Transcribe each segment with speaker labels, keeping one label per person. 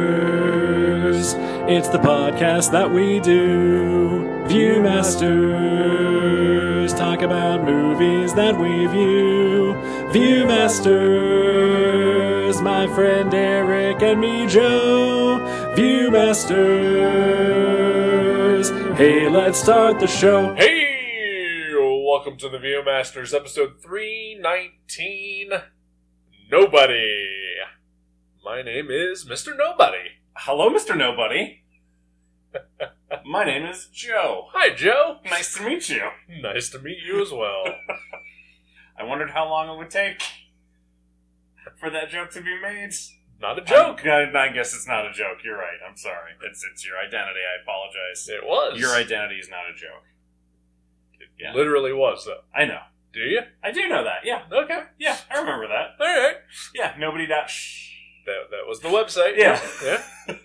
Speaker 1: Viewmasters. It's the podcast that we do. Viewmasters. Talk about movies that we view. Viewmasters. My friend Eric and me, Joe. Viewmasters. Hey, let's start the show.
Speaker 2: Hey, welcome to the Viewmasters, episode 319. Nobody. My name is Mr. Nobody.
Speaker 3: Hello, Mr. Nobody. My name is Joe.
Speaker 2: Hi, Joe.
Speaker 3: Nice to meet you.
Speaker 2: Nice to meet you as well.
Speaker 3: I wondered how long it would take for that joke to be made.
Speaker 2: Not a joke.
Speaker 3: I, I- I guess it's not a joke. You're right. I'm sorry. It's it's your identity. I apologize.
Speaker 2: It was.
Speaker 3: Your identity is not a joke. Yeah.
Speaker 2: Literally was, though.
Speaker 3: I know.
Speaker 2: Do you?
Speaker 3: I do know that. Yeah.
Speaker 2: Okay.
Speaker 3: Yeah. I remember that.
Speaker 2: All right.
Speaker 3: Yeah. Nobody dot. Shh.
Speaker 2: That, that was the website.
Speaker 3: Yeah.
Speaker 2: Yeah.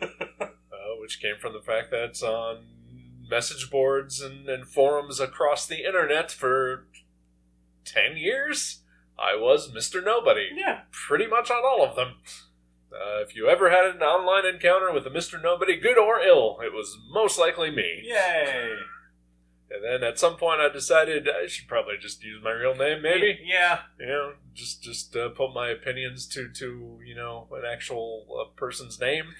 Speaker 2: Uh, which came from the fact that it's on message boards and, and forums across the internet for 10 years. I was Mr. Nobody.
Speaker 3: Yeah.
Speaker 2: pretty much on all of them. Uh, if you ever had an online encounter with a Mr. Nobody, good or ill, it was most likely me.
Speaker 3: Yay.
Speaker 2: And then at some point, I decided I should probably just use my real name, maybe.
Speaker 3: Yeah.
Speaker 2: You know, just just uh, put my opinions to to you know an actual uh, person's name.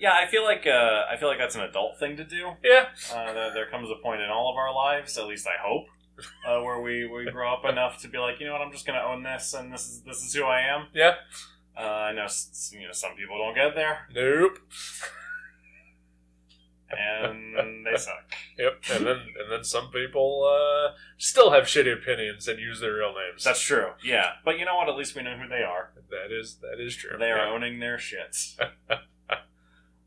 Speaker 3: Yeah. I feel like uh, I feel like that's an adult thing to do.
Speaker 2: Yeah,
Speaker 3: uh, there, there comes a point in all of our lives, at least I hope, uh, where we, we grow up enough to be like, you know what, I'm just going to own this, and this is this is who I am.
Speaker 2: yeah.
Speaker 3: Uh, I know, s- s- you know some people don't get there,
Speaker 2: Nope.
Speaker 3: and they suck.
Speaker 2: Yep. And then and then some people uh, still have shitty opinions and use their real names.
Speaker 3: That's true. Yeah, but you know what? At least we know who they are.
Speaker 2: that is that is true.
Speaker 3: They
Speaker 2: Yeah.
Speaker 3: are owning their shits.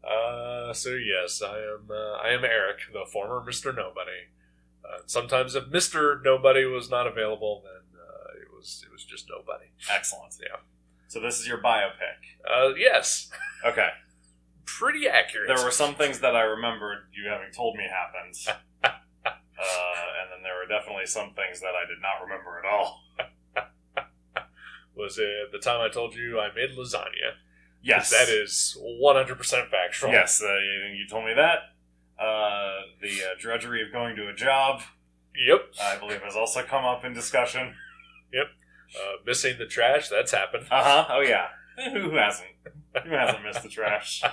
Speaker 2: Uh, so yes, I am. Uh, I am Eric, the former Mister Nobody. Uh, sometimes, if Mister Nobody was not available, then uh, it was it was just nobody.
Speaker 3: Excellent.
Speaker 2: Yeah.
Speaker 3: So this is your biopic.
Speaker 2: Uh, yes,
Speaker 3: Okay.
Speaker 2: pretty accurate.
Speaker 3: There were some things that I remembered you having told me happened. Uh, and then there were definitely some things that I did not remember at all.
Speaker 2: was it the time I told you I made lasagna?
Speaker 3: Yes,
Speaker 2: that is one hundred percent factual.
Speaker 3: Yes, uh, you, you told me that. Uh, the uh, drudgery of going to a job,
Speaker 2: Yep.
Speaker 3: I believe, has also come up in discussion.
Speaker 2: Uh, missing the trash. That's happened.
Speaker 3: Uh huh. Oh yeah. Who hasn't? Who hasn't missed the trash?
Speaker 2: Uh,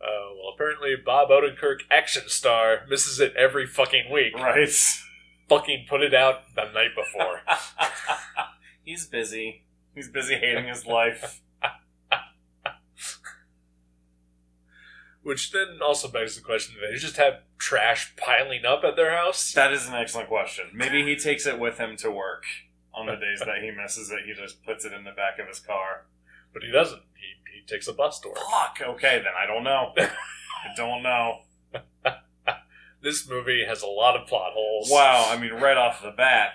Speaker 2: well, apparently Bob Odenkirk, action star, misses it every fucking week.
Speaker 3: Right.
Speaker 2: Fucking put it out the night before.
Speaker 3: He's busy. He's busy hating his life.
Speaker 2: Which then also begs the question: Do they just have trash piling up at their house?
Speaker 3: That is an excellent question. Maybe he takes it with him to work. On the days that he misses it, he just puts it in the back of his car.
Speaker 2: But he doesn't. He, he takes a bus to work.
Speaker 3: Fuck. Okay, then I don't know. I don't know.
Speaker 2: This movie has a lot of plot holes.
Speaker 3: Wow, I mean, right off the bat.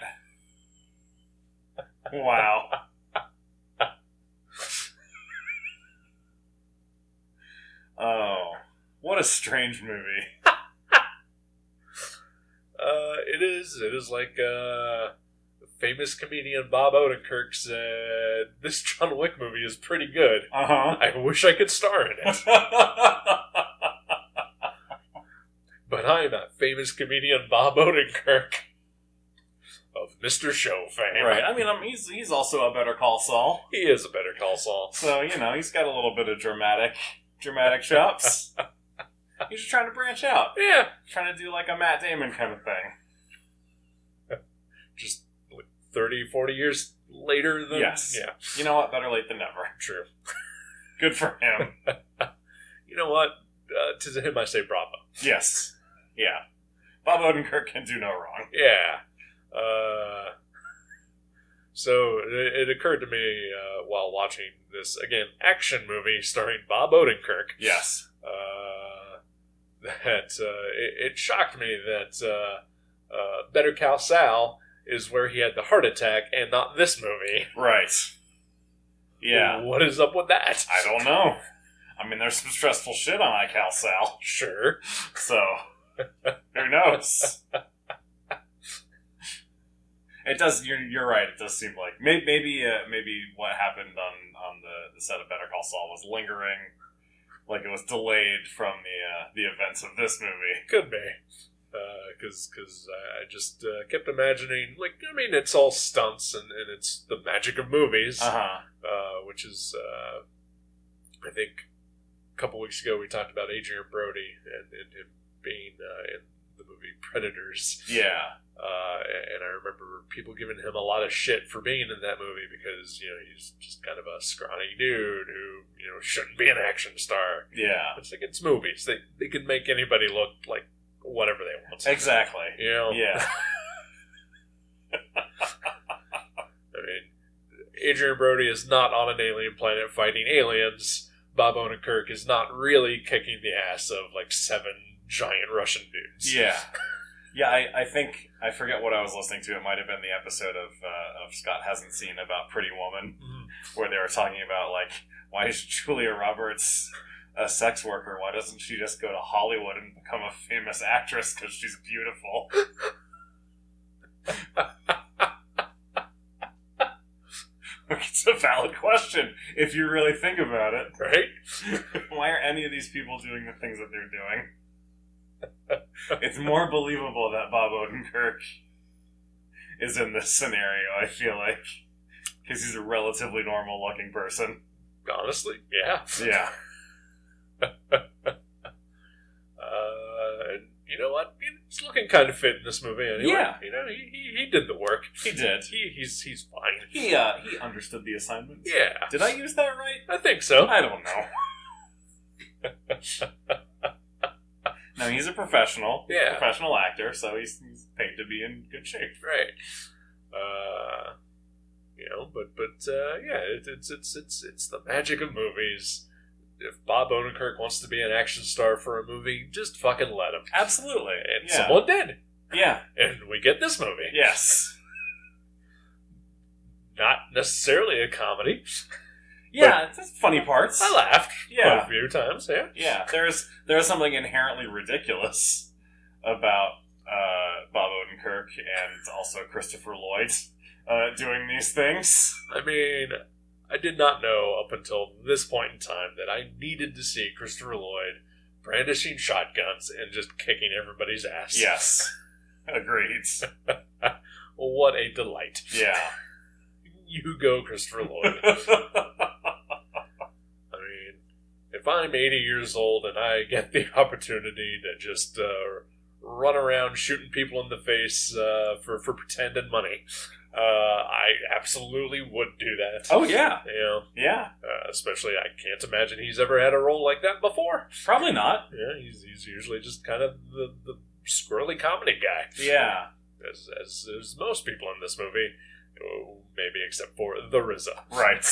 Speaker 3: Wow. oh, what a strange movie.
Speaker 2: Uh, it is. It is like uh, famous comedian Bob Odenkirk said, "This John Wick movie is pretty good.
Speaker 3: Uh
Speaker 2: I wish I could star in it,
Speaker 3: huh.
Speaker 2: but I am not famous comedian Bob Odenkirk of Mr. Show fame.
Speaker 3: right. I mean, i he's he's also a better Call Saul,
Speaker 2: He is a better call Saul.
Speaker 3: so you know he's got a little bit of dramatic dramatic chops. he's just trying to branch out,
Speaker 2: Yeah,
Speaker 3: trying to do like a Matt Damon kind of thing.
Speaker 2: just like 30, 40 years later than
Speaker 3: Yes.
Speaker 2: yeah,
Speaker 3: You know what? Better late than never.
Speaker 2: true.
Speaker 3: Good for him.
Speaker 2: You know what? Uh, to him, I say bravo.
Speaker 3: Yes. Yeah. Bob Odenkirk can do no wrong.
Speaker 2: Yeah. Uh, so it, it occurred to me uh, while watching this again action movie starring Bob Odenkirk
Speaker 3: Yes.
Speaker 2: uh, that uh, it, it shocked me that uh, uh, Better Cow Sal is where he had the heart attack and not this movie.
Speaker 3: Right. Yeah.
Speaker 2: What is up with that?
Speaker 3: I don't know. I mean, there's some stressful shit on iCal Sal,
Speaker 2: Sure.
Speaker 3: so who knows? It does. You're, you're right. It does seem like maybe maybe uh, maybe what happened on on the, the set of Better Call Saul was lingering, like it was delayed from the uh, the events of this movie.
Speaker 2: Could be. Because cause I I just uh, kept imagining, like, I mean, it's all stunts and, and it's the magic of movies,
Speaker 3: Uh huh.
Speaker 2: uh, which is, uh, I think, a couple weeks ago we talked about Adrian Brody and, and him being uh, in the movie Predators.
Speaker 3: Yeah.
Speaker 2: Uh, and I remember people giving him a lot of shit for being in that movie because, you know, he's just kind of a scrawny dude who, you know, shouldn't be an action star.
Speaker 3: Yeah.
Speaker 2: It's like it's movies. They they can make anybody look like whatever they want.
Speaker 3: Exactly.
Speaker 2: You know?
Speaker 3: Yeah.
Speaker 2: I mean, Adrian Brody is not on an alien planet fighting aliens. Bob Odenkirk is not really kicking the ass of like seven giant Russian dudes.
Speaker 3: Yeah. Yeah, I, I think I forget what I was listening to. It might have been the episode of uh, of Scott hasn't seen about Pretty Woman,
Speaker 2: Mhm.
Speaker 3: where they were talking about like why is Julia Roberts a sex worker? Why doesn't she just go to Hollywood and become a famous actress because she's beautiful? it's a valid question if you really think about it.
Speaker 2: Right?
Speaker 3: Why are any of these people doing the things that they're doing? it's more believable that Bob Odenkirk is in this scenario, I feel like. Because he's a relatively normal looking person.
Speaker 2: Honestly, yeah.
Speaker 3: Yeah.
Speaker 2: Uh, and you know what? He's looking kind of fit in this movie anyway.
Speaker 3: Yeah.
Speaker 2: You know, he, he, he did the work.
Speaker 3: He did.
Speaker 2: He, he's he's fine.
Speaker 3: He uh he understood the assignment.
Speaker 2: Yeah.
Speaker 3: Did I use that right?
Speaker 2: I think so.
Speaker 3: I don't know. no, he's a professional.
Speaker 2: Yeah.
Speaker 3: Professional actor, so he's, he's paid to be in good shape.
Speaker 2: right. Uh, you know, but but uh, yeah, it, it's it's it's it's the magic of movies. If Bob Odenkirk wants to be an action star for a movie, just fucking let him.
Speaker 3: Absolutely.
Speaker 2: And
Speaker 3: yeah.
Speaker 2: someone did,
Speaker 3: yeah.
Speaker 2: and we get this movie.
Speaker 3: Yes.
Speaker 2: Not necessarily a comedy.
Speaker 3: Yeah, it's just funny parts.
Speaker 2: I laughed quite a
Speaker 3: yeah,
Speaker 2: few times. Yeah,
Speaker 3: yeah. There's there's something inherently ridiculous about uh, Bob Odenkirk and also Christopher Lloyd uh, doing these things.
Speaker 2: I mean, I did not know up until this point in time that I needed to see Christopher Lloyd brandishing shotguns and just kicking everybody's ass.
Speaker 3: Yes, agreed.
Speaker 2: what a delight.
Speaker 3: Yeah,
Speaker 2: You go, Christopher Lloyd. I mean, if I'm 80 years old and I get the opportunity to just uh, run around shooting people in the face uh, for for pretend and money, uh, I absolutely would do that.
Speaker 3: Oh, yeah.
Speaker 2: you know,
Speaker 3: yeah.
Speaker 2: uh, especially I can't imagine he's ever had a role like that before.
Speaker 3: Probably not.
Speaker 2: Yeah, he's he's usually just kind of the the squirrely comedy guy.
Speaker 3: Yeah,
Speaker 2: as as, as most people in this movie. Oh, Maybe except for the Rizza.
Speaker 3: right.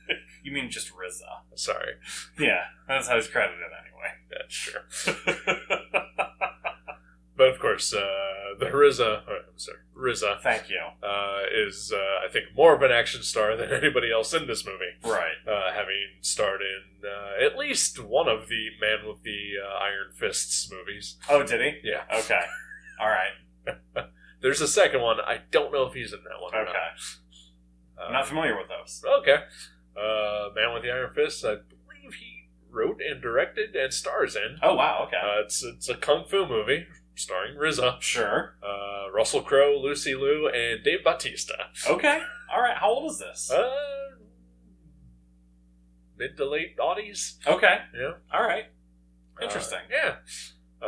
Speaker 3: you mean just Rizza?
Speaker 2: Sorry,
Speaker 3: Yeah, that's how he's credited anyway.
Speaker 2: that's true. But of course, uh, the Rizza, or, I'm sorry, Rizza,
Speaker 3: Thank you.
Speaker 2: uh, is uh, I think more of an action star than anybody else in this movie,
Speaker 3: Right.
Speaker 2: uh, having starred in uh, at least one of the Man with the uh, Iron Fists movies.
Speaker 3: Oh, did he?
Speaker 2: Yeah,
Speaker 3: Okay. All right.
Speaker 2: there's a second one. I don't know if he's in that one. Or
Speaker 3: Okay.
Speaker 2: not. Uh,
Speaker 3: I'm not familiar with those.
Speaker 2: Okay. Uh, Man with the Iron Fists, I believe he wrote and directed and stars in.
Speaker 3: Oh wow. Okay.
Speaker 2: Uh, it's it's a kung fu movie starring RZA,
Speaker 3: Sure.
Speaker 2: uh, Russell Crowe, Lucy Liu, and Dave Bautista.
Speaker 3: Okay. All right. How old is this?
Speaker 2: Uh, mid to late oddies.
Speaker 3: okay.
Speaker 2: Yeah.
Speaker 3: All right. Interesting.
Speaker 2: Uh, yeah.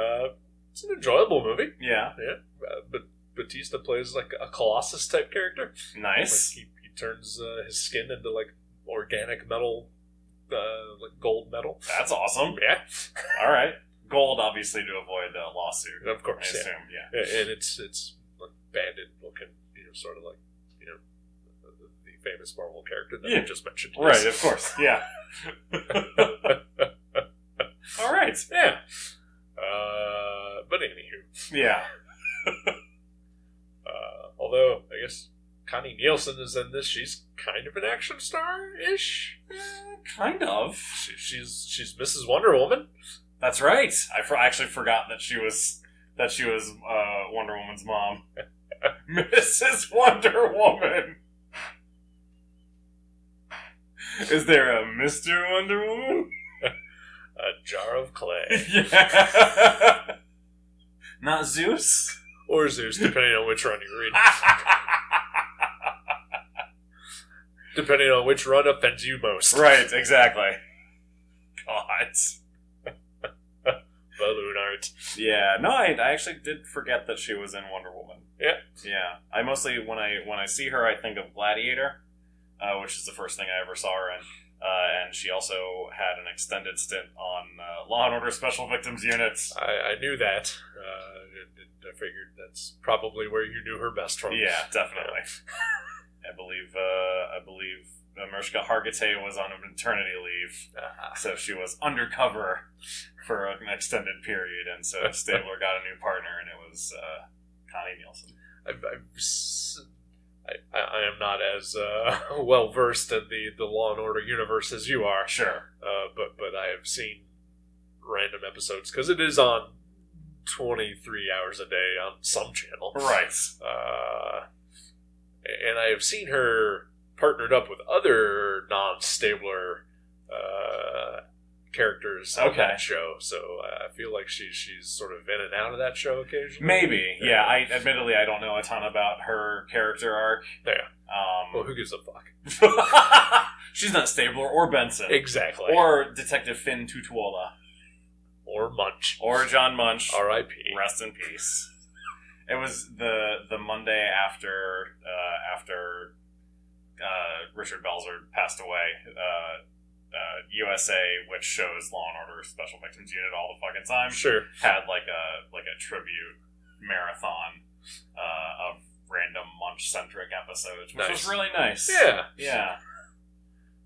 Speaker 2: Uh, it's an enjoyable movie.
Speaker 3: yeah.
Speaker 2: Uh, but Batista plays like a Colossus type character.
Speaker 3: Nice.
Speaker 2: Like he, he turns uh, his skin into like organic metal, uh, like gold metal.
Speaker 3: That's awesome.
Speaker 2: Yeah,
Speaker 3: All right. Gold, obviously, to avoid the lawsuit.
Speaker 2: of
Speaker 3: I
Speaker 2: course. yeah.
Speaker 3: assume. Yeah.
Speaker 2: A- and it's it's like banded looking, you know, sort of like you know the, the famous Marvel character that I
Speaker 3: Yeah.
Speaker 2: just mentioned.
Speaker 3: Right. Of course. Yeah. All right.
Speaker 2: Yeah. Uh, but anywho,
Speaker 3: Yeah.
Speaker 2: uh, although I guess Connie Nielsen is in this, she's kind of an action star ish.
Speaker 3: Eh, Kind of.
Speaker 2: She, she's she's Mrs. Wonder Woman.
Speaker 3: That's right. I for- actually forgot that she was that she was uh, Wonder Woman's mom. Mrs. Wonder Woman. Is there a Mr. Wonder Woman?
Speaker 2: A jar of clay.
Speaker 3: yeah. Not Zeus?
Speaker 2: Or Zeus, depending on which run you read. Depending on which run offends you most.
Speaker 3: right, exactly. God.
Speaker 2: Balloon art.
Speaker 3: Yeah, no, I, I actually did forget that she was in Wonder Woman.
Speaker 2: Yeah.
Speaker 3: yeah. I mostly when I when I see her, I think of Gladiator, uh, which is the first thing I ever saw her in, uh, and she also had an extended stint on uh, Law and Order Special Victims Unit.
Speaker 2: I, I knew that. Uh, it- it- I figured that's probably where you knew her best from.
Speaker 3: Yeah, definitely. I believe uh, I believe Mershka Hargitay was on maternity leave,
Speaker 2: Ah,
Speaker 3: so she was undercover for an extended period, and so Stabler got a new partner, and it was uh, Connie Nielsen.
Speaker 2: I've, I've s- I, I- I am not as uh, well versed in the, the Law and Order universe as you are,
Speaker 3: Sure.
Speaker 2: uh, but but I have seen random episodes because it is on twenty three hours a day on some channel,
Speaker 3: Right.
Speaker 2: Uh, and I have seen her partnered up with other non-Stabler uh, characters on
Speaker 3: Okay.
Speaker 2: that show, so uh, I feel like she's she's sort of in and out of that show occasionally.
Speaker 3: Maybe, yeah. I admittedly I don't know a ton about her character arc.
Speaker 2: Yeah. well,
Speaker 3: Um,
Speaker 2: who gives a fuck?
Speaker 3: she's not Stabler or Benson
Speaker 2: Exactly.
Speaker 3: or Detective Finn Tutuola
Speaker 2: or Munch.
Speaker 3: or John Munch.
Speaker 2: R.I.P.
Speaker 3: Rest in peace. It was the the Monday after uh, after uh, Richard Belzer passed away. Uh, uh, USA, which shows Law and Order Special Victims Unit all the fucking time,
Speaker 2: Sure.
Speaker 3: had like a like a tribute marathon uh, of random munch centric episodes, which
Speaker 2: Nice.
Speaker 3: was really nice.
Speaker 2: Yeah.
Speaker 3: yeah,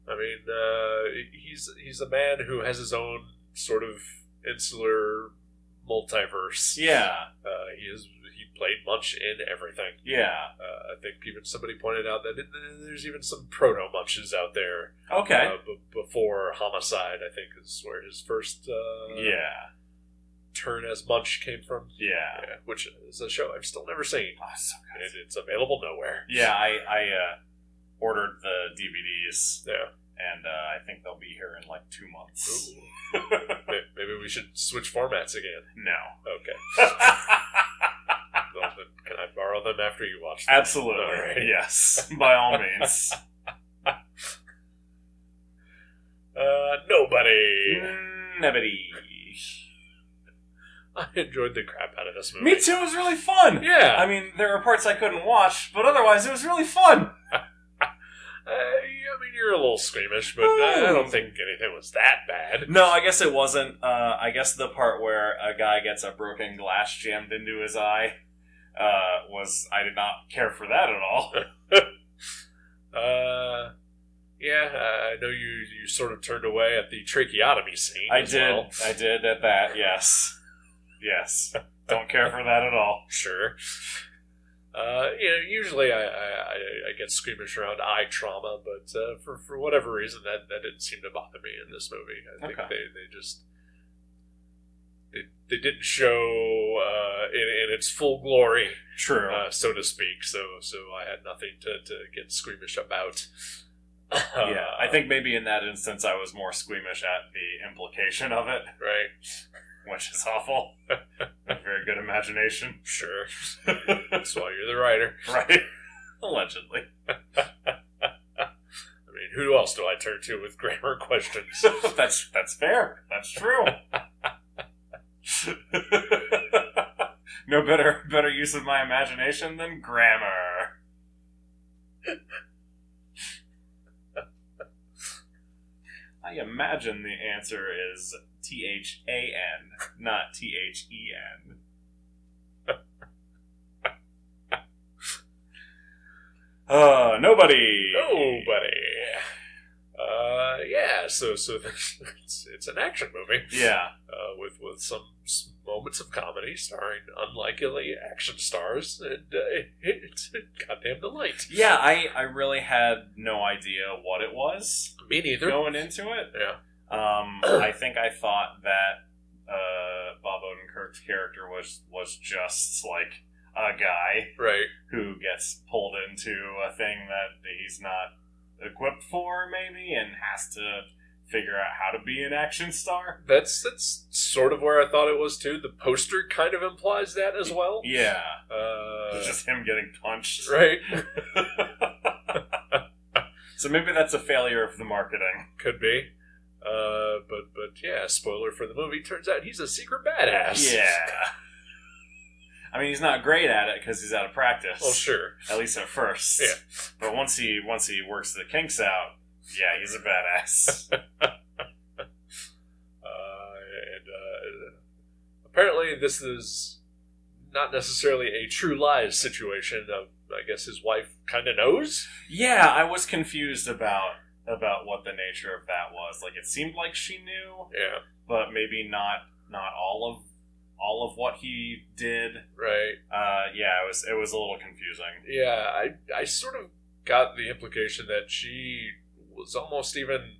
Speaker 2: I mean, uh, he's he's a man who has his own sort of insular multiverse.
Speaker 3: yeah,
Speaker 2: Uh, he is he played Munch in everything.
Speaker 3: yeah.
Speaker 2: Uh, I think even somebody pointed out that it, there's even some proto Munches out there.
Speaker 3: Okay.
Speaker 2: Uh, b- before Homicide, I think is where his first uh,
Speaker 3: yeah,
Speaker 2: turn as Munch came from.
Speaker 3: yeah.
Speaker 2: Yeah, which is a show I've still never seen,
Speaker 3: Oh, so good.
Speaker 2: and it's available nowhere.
Speaker 3: Yeah, I I uh, ordered the DVDs,
Speaker 2: Yeah.
Speaker 3: and uh, I think they'll be here in like two months.
Speaker 2: Ooh. May- Maybe we should switch formats again.
Speaker 3: No,
Speaker 2: Okay. Well, then can I borrow them after you watch them?
Speaker 3: absolutely,
Speaker 2: All right.
Speaker 3: yes, by all means.
Speaker 2: Uh, nobody.
Speaker 3: Nobody.
Speaker 2: I enjoyed the crap out of this movie.
Speaker 3: Me too. It was really fun.
Speaker 2: Yeah.
Speaker 3: I mean, there were parts I couldn't watch, but otherwise it was really fun.
Speaker 2: Uh, I mean, you're a little squeamish, but I I don't think anything was that bad.
Speaker 3: Oh. No, I guess it wasn't. Uh, I guess the part where a guy gets a broken glass jammed into his eye uh, was I did not care for that at all.
Speaker 2: Uh, yeah, uh, I know you, you sort of turned away at the tracheotomy scene.
Speaker 3: I
Speaker 2: as
Speaker 3: did.
Speaker 2: well.
Speaker 3: I did at that. Yes. Yes. Don't care for that at all.
Speaker 2: Sure. Uh, you know, usually I, I, I I get squeamish around eye trauma, but uh, for for whatever reason, that, that didn't seem to bother me in this movie. I think
Speaker 3: Okay.
Speaker 2: they, they just they, they didn't show uh, in, in its full glory,
Speaker 3: True.
Speaker 2: uh, so to speak. So so I had nothing to, to get squeamish about. Uh,
Speaker 3: yeah. I think maybe in that instance I was more squeamish at the implication of it,
Speaker 2: right.
Speaker 3: which is awful. Very good imagination.
Speaker 2: Sure, that's why you're the writer.
Speaker 3: Right. Allegedly.
Speaker 2: I mean, who else do I turn to with grammar questions?
Speaker 3: that's that's fair. That's true. no better better use of my imagination than grammar. I imagine the answer is T H A N, not T H E N. Uh, nobody.
Speaker 2: Nobody. Uh, yeah. So, so it's, it's an action movie
Speaker 3: Yeah.
Speaker 2: uh, with with some s- moments of comedy starring unlikely action stars, and uh, it's a goddamn delight.
Speaker 3: Yeah, I, I really had no idea what it was
Speaker 2: Me neither.
Speaker 3: going into it.
Speaker 2: Yeah.
Speaker 3: Um, I think I thought that uh, Bob Odenkirk's character was was just like a guy
Speaker 2: Right.
Speaker 3: who gets pulled into a thing that he's not equipped for, maybe, and has to figure out how to be an action star.
Speaker 2: That's that's sort of where I thought it was too. The poster kind of implies that as well.
Speaker 3: Yeah,
Speaker 2: Uh,
Speaker 3: it's just him getting punched.
Speaker 2: right.
Speaker 3: So maybe that's a failure of the marketing.
Speaker 2: Could be. Uh, but but yeah, spoiler for the movie. Turns out he's a secret badass.
Speaker 3: Yeah. I mean, he's not great at it because he's out of practice.
Speaker 2: Well, sure.
Speaker 3: At least at first.
Speaker 2: Yeah.
Speaker 3: But once he once he works the kinks out, yeah, he's a badass.
Speaker 2: Uh, and uh, apparently, this is not necessarily a true lies situation. Uh, I guess his wife kind of knows.
Speaker 3: yeah, I was confused about about what the nature of that was. Like, it seemed like she knew,
Speaker 2: Yeah.
Speaker 3: but maybe not not all of all of what he did.
Speaker 2: Right.
Speaker 3: Uh, yeah, it was it was a little confusing.
Speaker 2: Yeah. I I sort of got the implication that she was almost even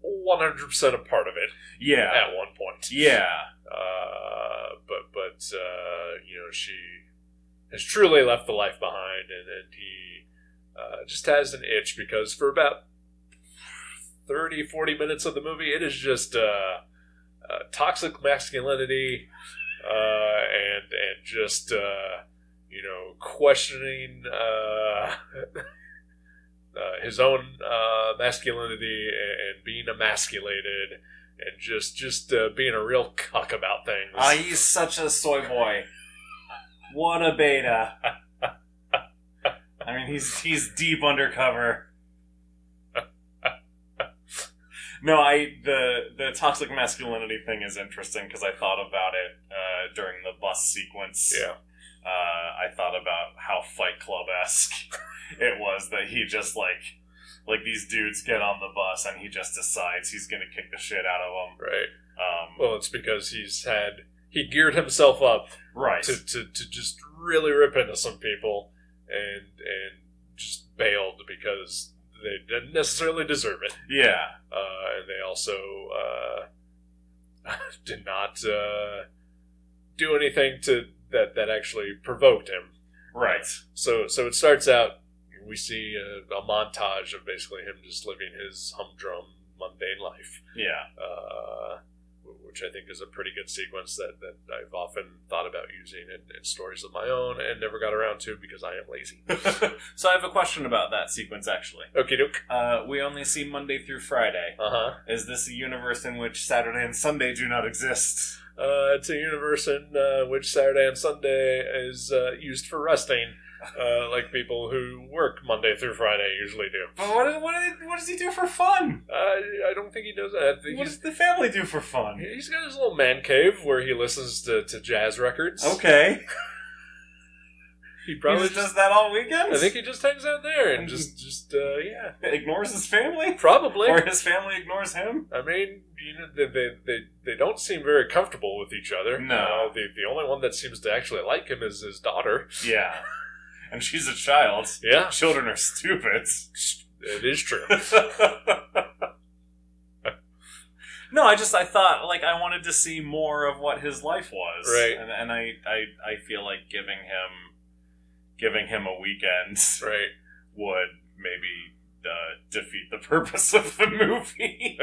Speaker 2: one hundred percent a part of it
Speaker 3: Yeah,
Speaker 2: at one point.
Speaker 3: yeah.
Speaker 2: Uh, but but uh, you know she has truly left the life behind, and, and he uh, just has an itch because for about 30, 40 minutes of the movie, it is just uh, uh, toxic masculinity uh, and and just uh, you know questioning. Uh, Uh, his own uh, masculinity and, and being emasculated, and just just uh, being a real cuck about things.
Speaker 3: Ah, he's such a soy boy. What a beta. I mean, he's he's deep undercover. No, I the the toxic masculinity thing is interesting because I thought about it uh, during the bus sequence.
Speaker 2: yeah,
Speaker 3: Uh, I thought about how Fight Club esque it was that he just like like these dudes get on the bus and he just decides he's gonna kick the shit out of them.
Speaker 2: right.
Speaker 3: Um,
Speaker 2: Well, it's because he's had he geared himself up
Speaker 3: right.
Speaker 2: to, to, to just really rip into some people and and just bailed because they didn't necessarily deserve it,
Speaker 3: Yeah.
Speaker 2: uh, and they also uh, did not uh, do anything to that that actually provoked him.
Speaker 3: Right.
Speaker 2: So so it starts out. We see a, a montage of basically him just living his humdrum, mundane life,
Speaker 3: Yeah.
Speaker 2: uh, which I think is a pretty good sequence that, that I've often thought about using in, in stories of my own and never got around to because I am lazy.
Speaker 3: so I have a question about that sequence actually.
Speaker 2: Okie doke.
Speaker 3: Uh, we only see Monday through Friday.
Speaker 2: Uh huh.
Speaker 3: Is this a universe in which Saturday and Sunday do not exist?
Speaker 2: Uh, it's a universe in uh, which Saturday and Sunday is uh, used for resting, uh, like people who work Monday through Friday usually do.
Speaker 3: But what, what, what does he do for fun?
Speaker 2: I, I don't think he does that. I think
Speaker 3: What
Speaker 2: he's
Speaker 3: does the family do for fun?
Speaker 2: He's got his little man cave where he listens to, to jazz records.
Speaker 3: Okay.
Speaker 2: He
Speaker 3: He
Speaker 2: probably
Speaker 3: just
Speaker 2: just,
Speaker 3: does that all weekend?
Speaker 2: I think he just hangs out there and just just uh, yeah.
Speaker 3: Ignores his family?
Speaker 2: Probably.
Speaker 3: Or his family ignores him?
Speaker 2: I mean, you know, they, they they they don't seem very comfortable with each other.
Speaker 3: No.
Speaker 2: Uh, the the only one that seems to actually like him is his daughter.
Speaker 3: Yeah. And she's a child.
Speaker 2: Yeah,
Speaker 3: Children are stupid.
Speaker 2: it is true.
Speaker 3: no, I just I thought like I wanted to see more of what his life was,
Speaker 2: Right.
Speaker 3: And, and I, I I feel like giving him giving him a weekend
Speaker 2: right.
Speaker 3: would maybe uh, defeat the purpose of the movie.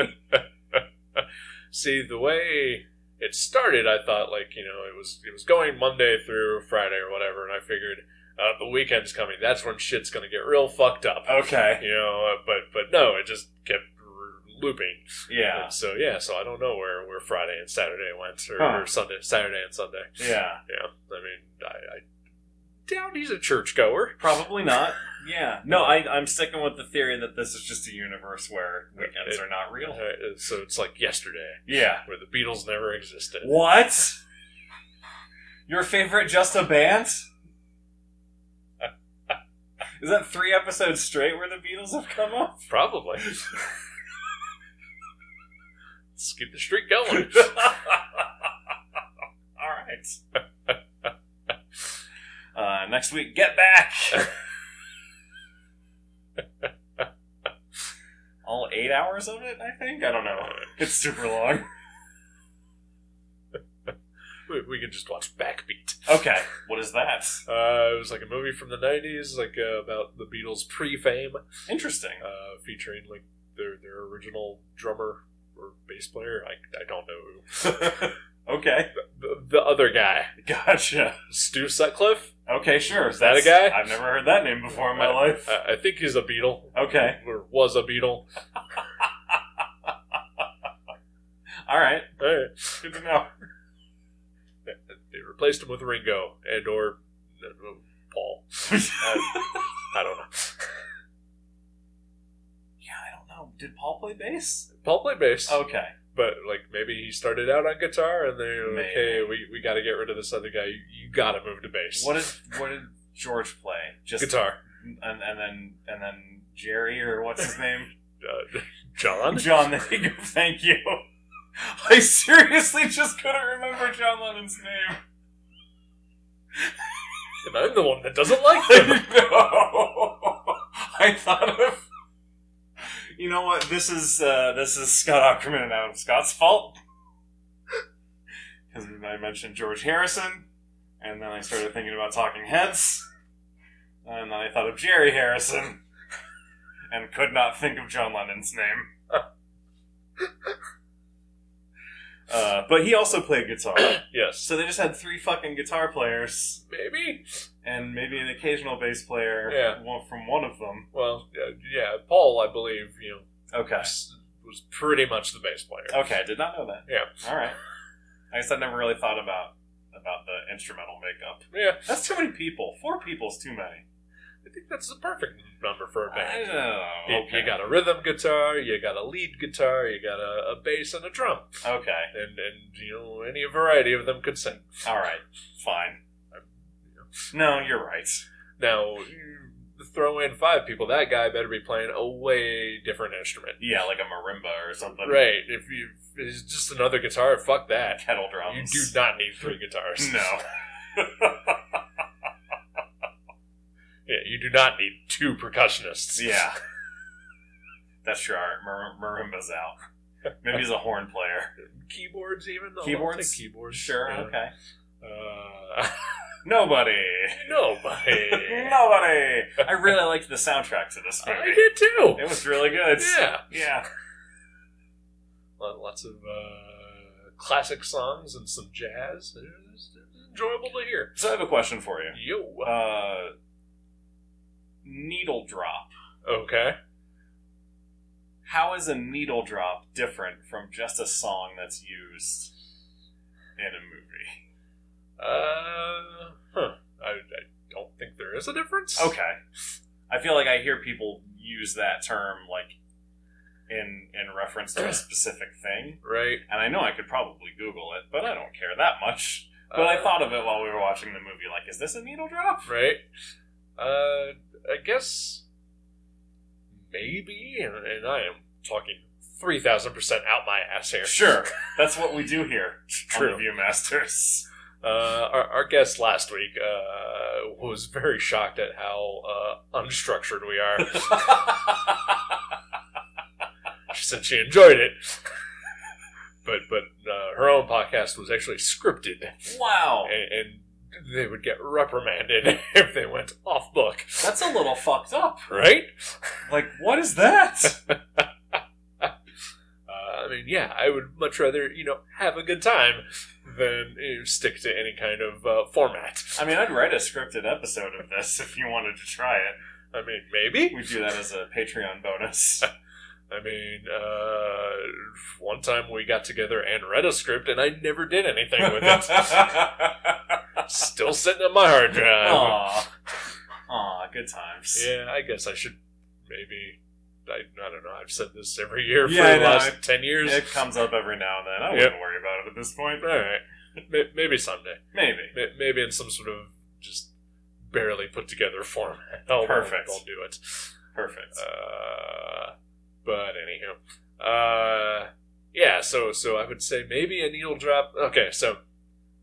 Speaker 2: See, the way it started, I thought like you know it was it was going Monday through Friday or whatever, and I figured uh, the weekend's coming. That's when shit's gonna get real fucked up.
Speaker 3: Oh, okay,
Speaker 2: you know uh, but but no it just kept r- looping
Speaker 3: yeah,
Speaker 2: And so yeah so i don't know where where friday and saturday went or,
Speaker 3: Huh.
Speaker 2: or sunday saturday and sunday
Speaker 3: yeah,
Speaker 2: yeah i mean i, I doubt he's a churchgoer
Speaker 3: probably not. Yeah, no, I I'm sticking with the theory that this is just a universe where weekends
Speaker 2: It-
Speaker 3: are not real.
Speaker 2: Uh, so it's like yesterday
Speaker 3: Yeah,
Speaker 2: where the beatles never existed
Speaker 3: what? Your favorite just a band? Is that three episodes straight where the Beatles have come up?
Speaker 2: probably let's keep the streak going
Speaker 3: All right. Uh, next week, get back. All eight hours of it, I think. I don't know. It's super long.
Speaker 2: We, we could just watch Backbeat.
Speaker 3: Okay, what is that?
Speaker 2: Uh, it was like a movie from the '90s, like uh, about the Beatles pre-fame,
Speaker 3: Interesting.
Speaker 2: uh, featuring like their their original drummer or bass player. I, I don't know
Speaker 3: okay,
Speaker 2: who. The, the other guy,
Speaker 3: gotcha.
Speaker 2: Stu Sutcliffe.
Speaker 3: Okay, sure.
Speaker 2: Is that a
Speaker 3: That's-
Speaker 2: guy? Uh,
Speaker 3: I've never heard that name before in my
Speaker 2: I-
Speaker 3: life.
Speaker 2: I, I think he's a Beatle.
Speaker 3: Okay,
Speaker 2: Or was a Beatle.
Speaker 3: all right.
Speaker 2: Alright.
Speaker 3: Good to know.
Speaker 2: They replaced him with Ringo and or uh, Paul. I, I don't know.
Speaker 3: Yeah, I don't know. Did Paul play bass?
Speaker 2: Paul played bass,
Speaker 3: Okay.
Speaker 2: but like maybe he started out on guitar and they're like,
Speaker 3: Maybe.
Speaker 2: "Hey, we, we got to get rid of this other guy. You, you got to move to bass."
Speaker 3: What did what did George play? Just
Speaker 2: guitar?
Speaker 3: and, and then and then Jerry or what's his name?
Speaker 2: Uh, John.
Speaker 3: John. There you go. Thank you. I seriously just couldn't remember John Lennon's name.
Speaker 2: And I'm the one that doesn't like them.
Speaker 3: no, I thought of. You know what? This is uh, this is Scott Ackerman and Adam Scott's fault because I mentioned George Harrison, and then I started thinking about Talking Heads, and then I thought of Jerry Harrison, and could not think of John Lennon's name. Uh, but he also played guitar,
Speaker 2: yes,
Speaker 3: so they just had three fucking guitar players
Speaker 2: maybe.
Speaker 3: and maybe an occasional bass player
Speaker 2: Yeah.
Speaker 3: one- from one of them.
Speaker 2: Well, uh, yeah, Paul, I believe you know
Speaker 3: Okay.
Speaker 2: s- was pretty much the bass player.
Speaker 3: Okay, I did not know that.
Speaker 2: Yeah.
Speaker 3: All right. I guess I never really thought about about the instrumental makeup.
Speaker 2: Yeah,
Speaker 3: That's too many people. Four people's too many.
Speaker 2: I think that's the perfect number for a
Speaker 3: I
Speaker 2: band.
Speaker 3: don't know.
Speaker 2: You, you got a rhythm guitar, you got a lead guitar, you got a, a bass and a drum,
Speaker 3: Okay.
Speaker 2: and and you know any variety of them could sing.
Speaker 3: All right. Fine. No, you're right.
Speaker 2: Now you throw in five people, that guy better be playing a way different instrument,
Speaker 3: Yeah, like a marimba or something.
Speaker 2: right? If you if it's just another guitar, fuck that.
Speaker 3: Kettle
Speaker 2: You
Speaker 3: drums.
Speaker 2: do not need three guitars.
Speaker 3: No.
Speaker 2: Yeah, you do not need two percussionists.
Speaker 3: yeah. That's your art. Mar- marimba's out. Maybe he's a horn player.
Speaker 2: keyboards even. though.
Speaker 3: Keyboards?
Speaker 2: keyboards.
Speaker 3: Sure.
Speaker 2: Yeah.
Speaker 3: Okay.
Speaker 2: Uh,
Speaker 3: Nobody.
Speaker 2: nobody.
Speaker 3: Nobody. I really liked the soundtrack to this
Speaker 2: I
Speaker 3: movie.
Speaker 2: did too.
Speaker 3: It was really good.
Speaker 2: yeah.
Speaker 3: Yeah.
Speaker 2: Lot- lots of uh, classic songs and some jazz. It was enjoyable to hear.
Speaker 3: So I have a question for you.
Speaker 2: Yo.
Speaker 3: Uh, needle drop.
Speaker 2: uh, Okay.
Speaker 3: How is a needle drop different from just a song that's used in a movie?
Speaker 2: Uh, huh. I, I don't think there is a difference.
Speaker 3: Okay. I feel like I hear people use that term like in in reference to a specific thing,
Speaker 2: Right.
Speaker 3: and I know I could probably Google it, but I don't care that much. But I
Speaker 2: Uh,
Speaker 3: thought of it while we were watching the movie. Like, is this a needle drop?
Speaker 2: Right. Uh, I guess maybe, and, and I am talking 3,000% out my ass here.
Speaker 3: Sure, that's what we do here on the
Speaker 2: True.
Speaker 3: Viewmasters.
Speaker 2: Uh, our, our guest last week uh, was very shocked at how uh, unstructured we are. she said she enjoyed it. But but uh, her own podcast was actually scripted,
Speaker 3: wow,
Speaker 2: and, and they would get reprimanded if they went off book,
Speaker 3: that's a little fucked up.
Speaker 2: right?
Speaker 3: Like, what is that?
Speaker 2: Uh, I mean, yeah, I would much rather you know have a good time than you know, stick to any kind of uh, format.
Speaker 3: I mean, I'd write a scripted episode of this if you wanted to try it.
Speaker 2: I mean, maybe.
Speaker 3: We do that as a Patreon bonus.
Speaker 2: I mean, uh, one time we got together and read a script, and I never did anything with it.
Speaker 3: Uh, Aw,
Speaker 2: Still sitting on my hard drive.
Speaker 3: aw, good times.
Speaker 2: Yeah, I guess I should maybe. I, I don't know. I've said this every year for
Speaker 3: Yeah, I
Speaker 2: the
Speaker 3: know.
Speaker 2: last ten years.
Speaker 3: It comes up every now and then. I wouldn't worry about it at this point.
Speaker 2: All right, May- maybe someday.
Speaker 3: Maybe.
Speaker 2: May- Maybe in some sort of just barely put together form. I'll,
Speaker 3: Perfect.
Speaker 2: I'll, do it.
Speaker 3: Perfect.
Speaker 2: Uh, but anywho, uh, yeah. So so I would say maybe a needle drop. Okay, so.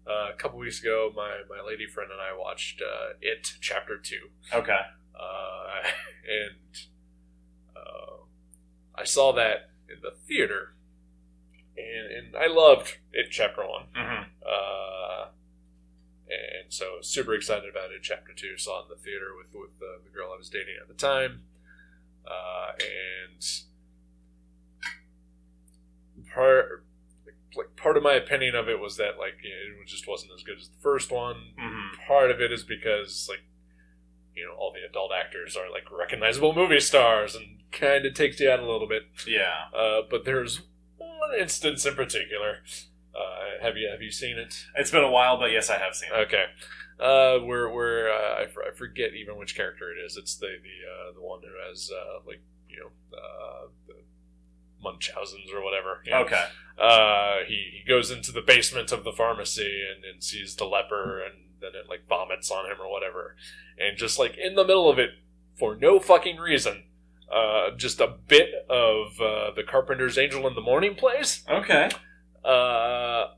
Speaker 2: Uh, a couple weeks ago, my, my lady friend and I watched uh, It Chapter 2.
Speaker 3: Okay.
Speaker 2: uh, and uh, I saw that in the theater, and, and I loved it. Chapter one,
Speaker 3: Mm-hmm.
Speaker 2: uh, thing. So super excited about it. Chapter two, saw it in the theater with with uh, the girl I was dating at the time, uh, and part like part of my opinion of it was that like it just wasn't as good as the first one.
Speaker 3: Mm-hmm.
Speaker 2: Part of it is because like you know all the adult actors are like recognizable movie stars and kind of takes you out a little bit.
Speaker 3: Yeah.
Speaker 2: Uh, but there's one instance in particular. Uh, have you have you seen it?
Speaker 3: It's been a while, but yes, I have seen it.
Speaker 2: Okay. Uh, where where uh, I, for- I forget even which character it is. It's the the uh, the one who has uh, like you know uh, the Munchausen's or whatever. you know.
Speaker 3: Okay.
Speaker 2: Uh, he he goes into the basement of the pharmacy and, and sees the leper and then it like vomits on him or whatever, and just like in the middle of it for no fucking reason, uh, just a bit of uh, the Carpenter's Angel in the Morning plays.
Speaker 3: Okay.
Speaker 2: Uh,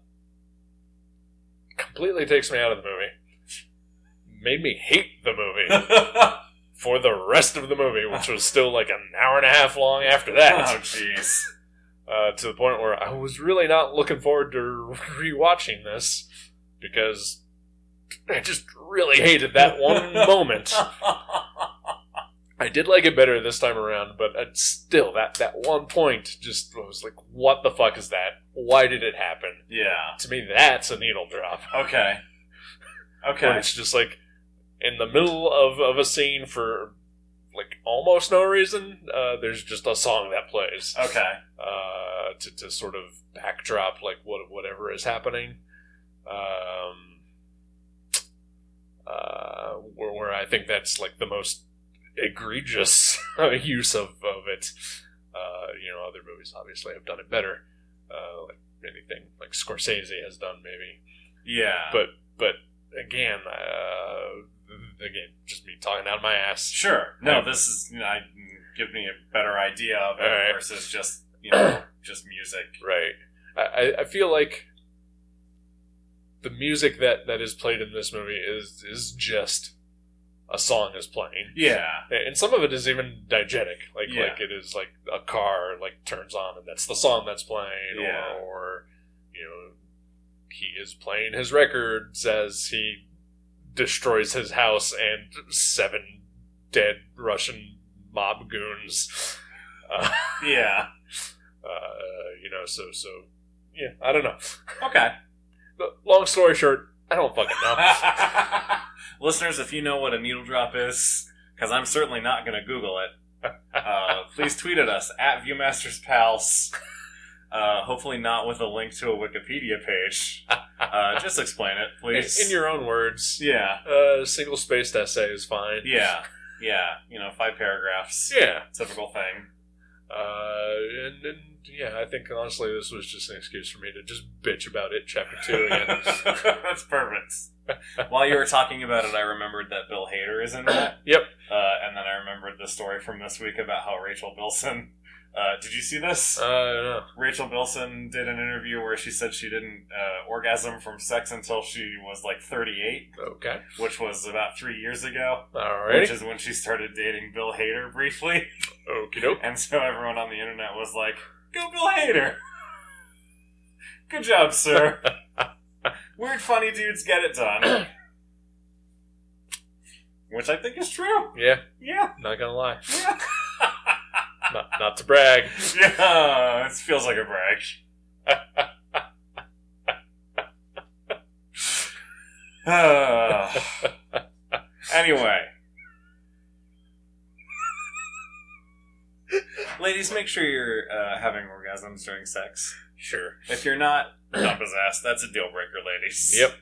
Speaker 2: completely takes me out of the movie. Made me hate the movie for the rest of the movie, which was still like an hour and a half long after
Speaker 3: oh,
Speaker 2: that.
Speaker 3: jeez.
Speaker 2: Uh, to the point where I was really not looking forward to rewatching this because I just really hated that one moment. I did like it better this time around, but uh, still, that that one point just I was like, "What the fuck is that? Why did it happen?"
Speaker 3: yeah.
Speaker 2: To me, that's a needle drop.
Speaker 3: Okay.
Speaker 2: When
Speaker 3: Okay.
Speaker 2: it's just like in the middle of, of a scene for like almost no reason, uh, there's just a song that plays
Speaker 3: Okay.
Speaker 2: uh, to, to sort of backdrop like what whatever is happening. Um, uh, where, where I think that's like the most egregious use of, of it. Uh, you know, other movies obviously have done it better. Uh, like anything like Scorsese has done maybe
Speaker 3: Yeah.
Speaker 2: But- again, uh, again, just me talking out of my ass.
Speaker 3: sure. No, this is I give me a better idea of it
Speaker 2: All right.
Speaker 3: versus just you know just music.
Speaker 2: Right. I, I- I feel like the music that, that is played in this movie is is just a song is playing,
Speaker 3: Yeah.
Speaker 2: and some of it is even diegetic, like
Speaker 3: Yeah.
Speaker 2: like it is like a car like turns on and that's the song that's playing,
Speaker 3: Yeah.
Speaker 2: or, or you know he is playing his records as he destroys his house and seven dead Russian mob goons. Uh,
Speaker 3: Yeah.
Speaker 2: uh, you know, so so yeah, I don't know.
Speaker 3: Okay.
Speaker 2: But long story short, I don't fucking know.
Speaker 3: Listeners, if you know what a needle drop is, because I'm certainly not going to Google it, uh, please tweet at us at ViewmastersPals. Uh, hopefully, not with a link to a Wikipedia page. Uh, just explain it,
Speaker 2: in,
Speaker 3: please.
Speaker 2: in your own words,
Speaker 3: yeah,
Speaker 2: uh, single spaced essay is fine.
Speaker 3: yeah, yeah. You know, five paragraphs.
Speaker 2: yeah,
Speaker 3: Typical thing.
Speaker 2: uh, and, and yeah, I think honestly, this was just an excuse for me to just bitch about it. Chapter two again.
Speaker 3: That's perfect. While you were talking about it, I remembered that Bill Hader is in that.
Speaker 2: Yep.
Speaker 3: Uh, and then I remembered the story from this week about how Rachel Bilson. Uh, did you see this?
Speaker 2: uh, I don't know.
Speaker 3: Rachel Bilson did an interview where she said she didn't uh, orgasm from sex until she was like 38,
Speaker 2: Okay,
Speaker 3: which was about three years ago, which
Speaker 2: alrighty,
Speaker 3: is when she started dating Bill Hader briefly.
Speaker 2: okie doke.
Speaker 3: And so everyone on the internet was like, "Go Bill Hader! Good job, sir. Weird, funny dudes get it done." Which I think is true.
Speaker 2: Yeah,
Speaker 3: Yeah,
Speaker 2: not gonna lie,
Speaker 3: yeah,
Speaker 2: not, not to brag.
Speaker 3: yeah. It feels like a brag. Ah. anyway. Ladies, make sure you're uh, having orgasms during sex.
Speaker 2: Sure.
Speaker 3: If you're not, dump his ass. That's a deal breaker, ladies.
Speaker 2: Yep.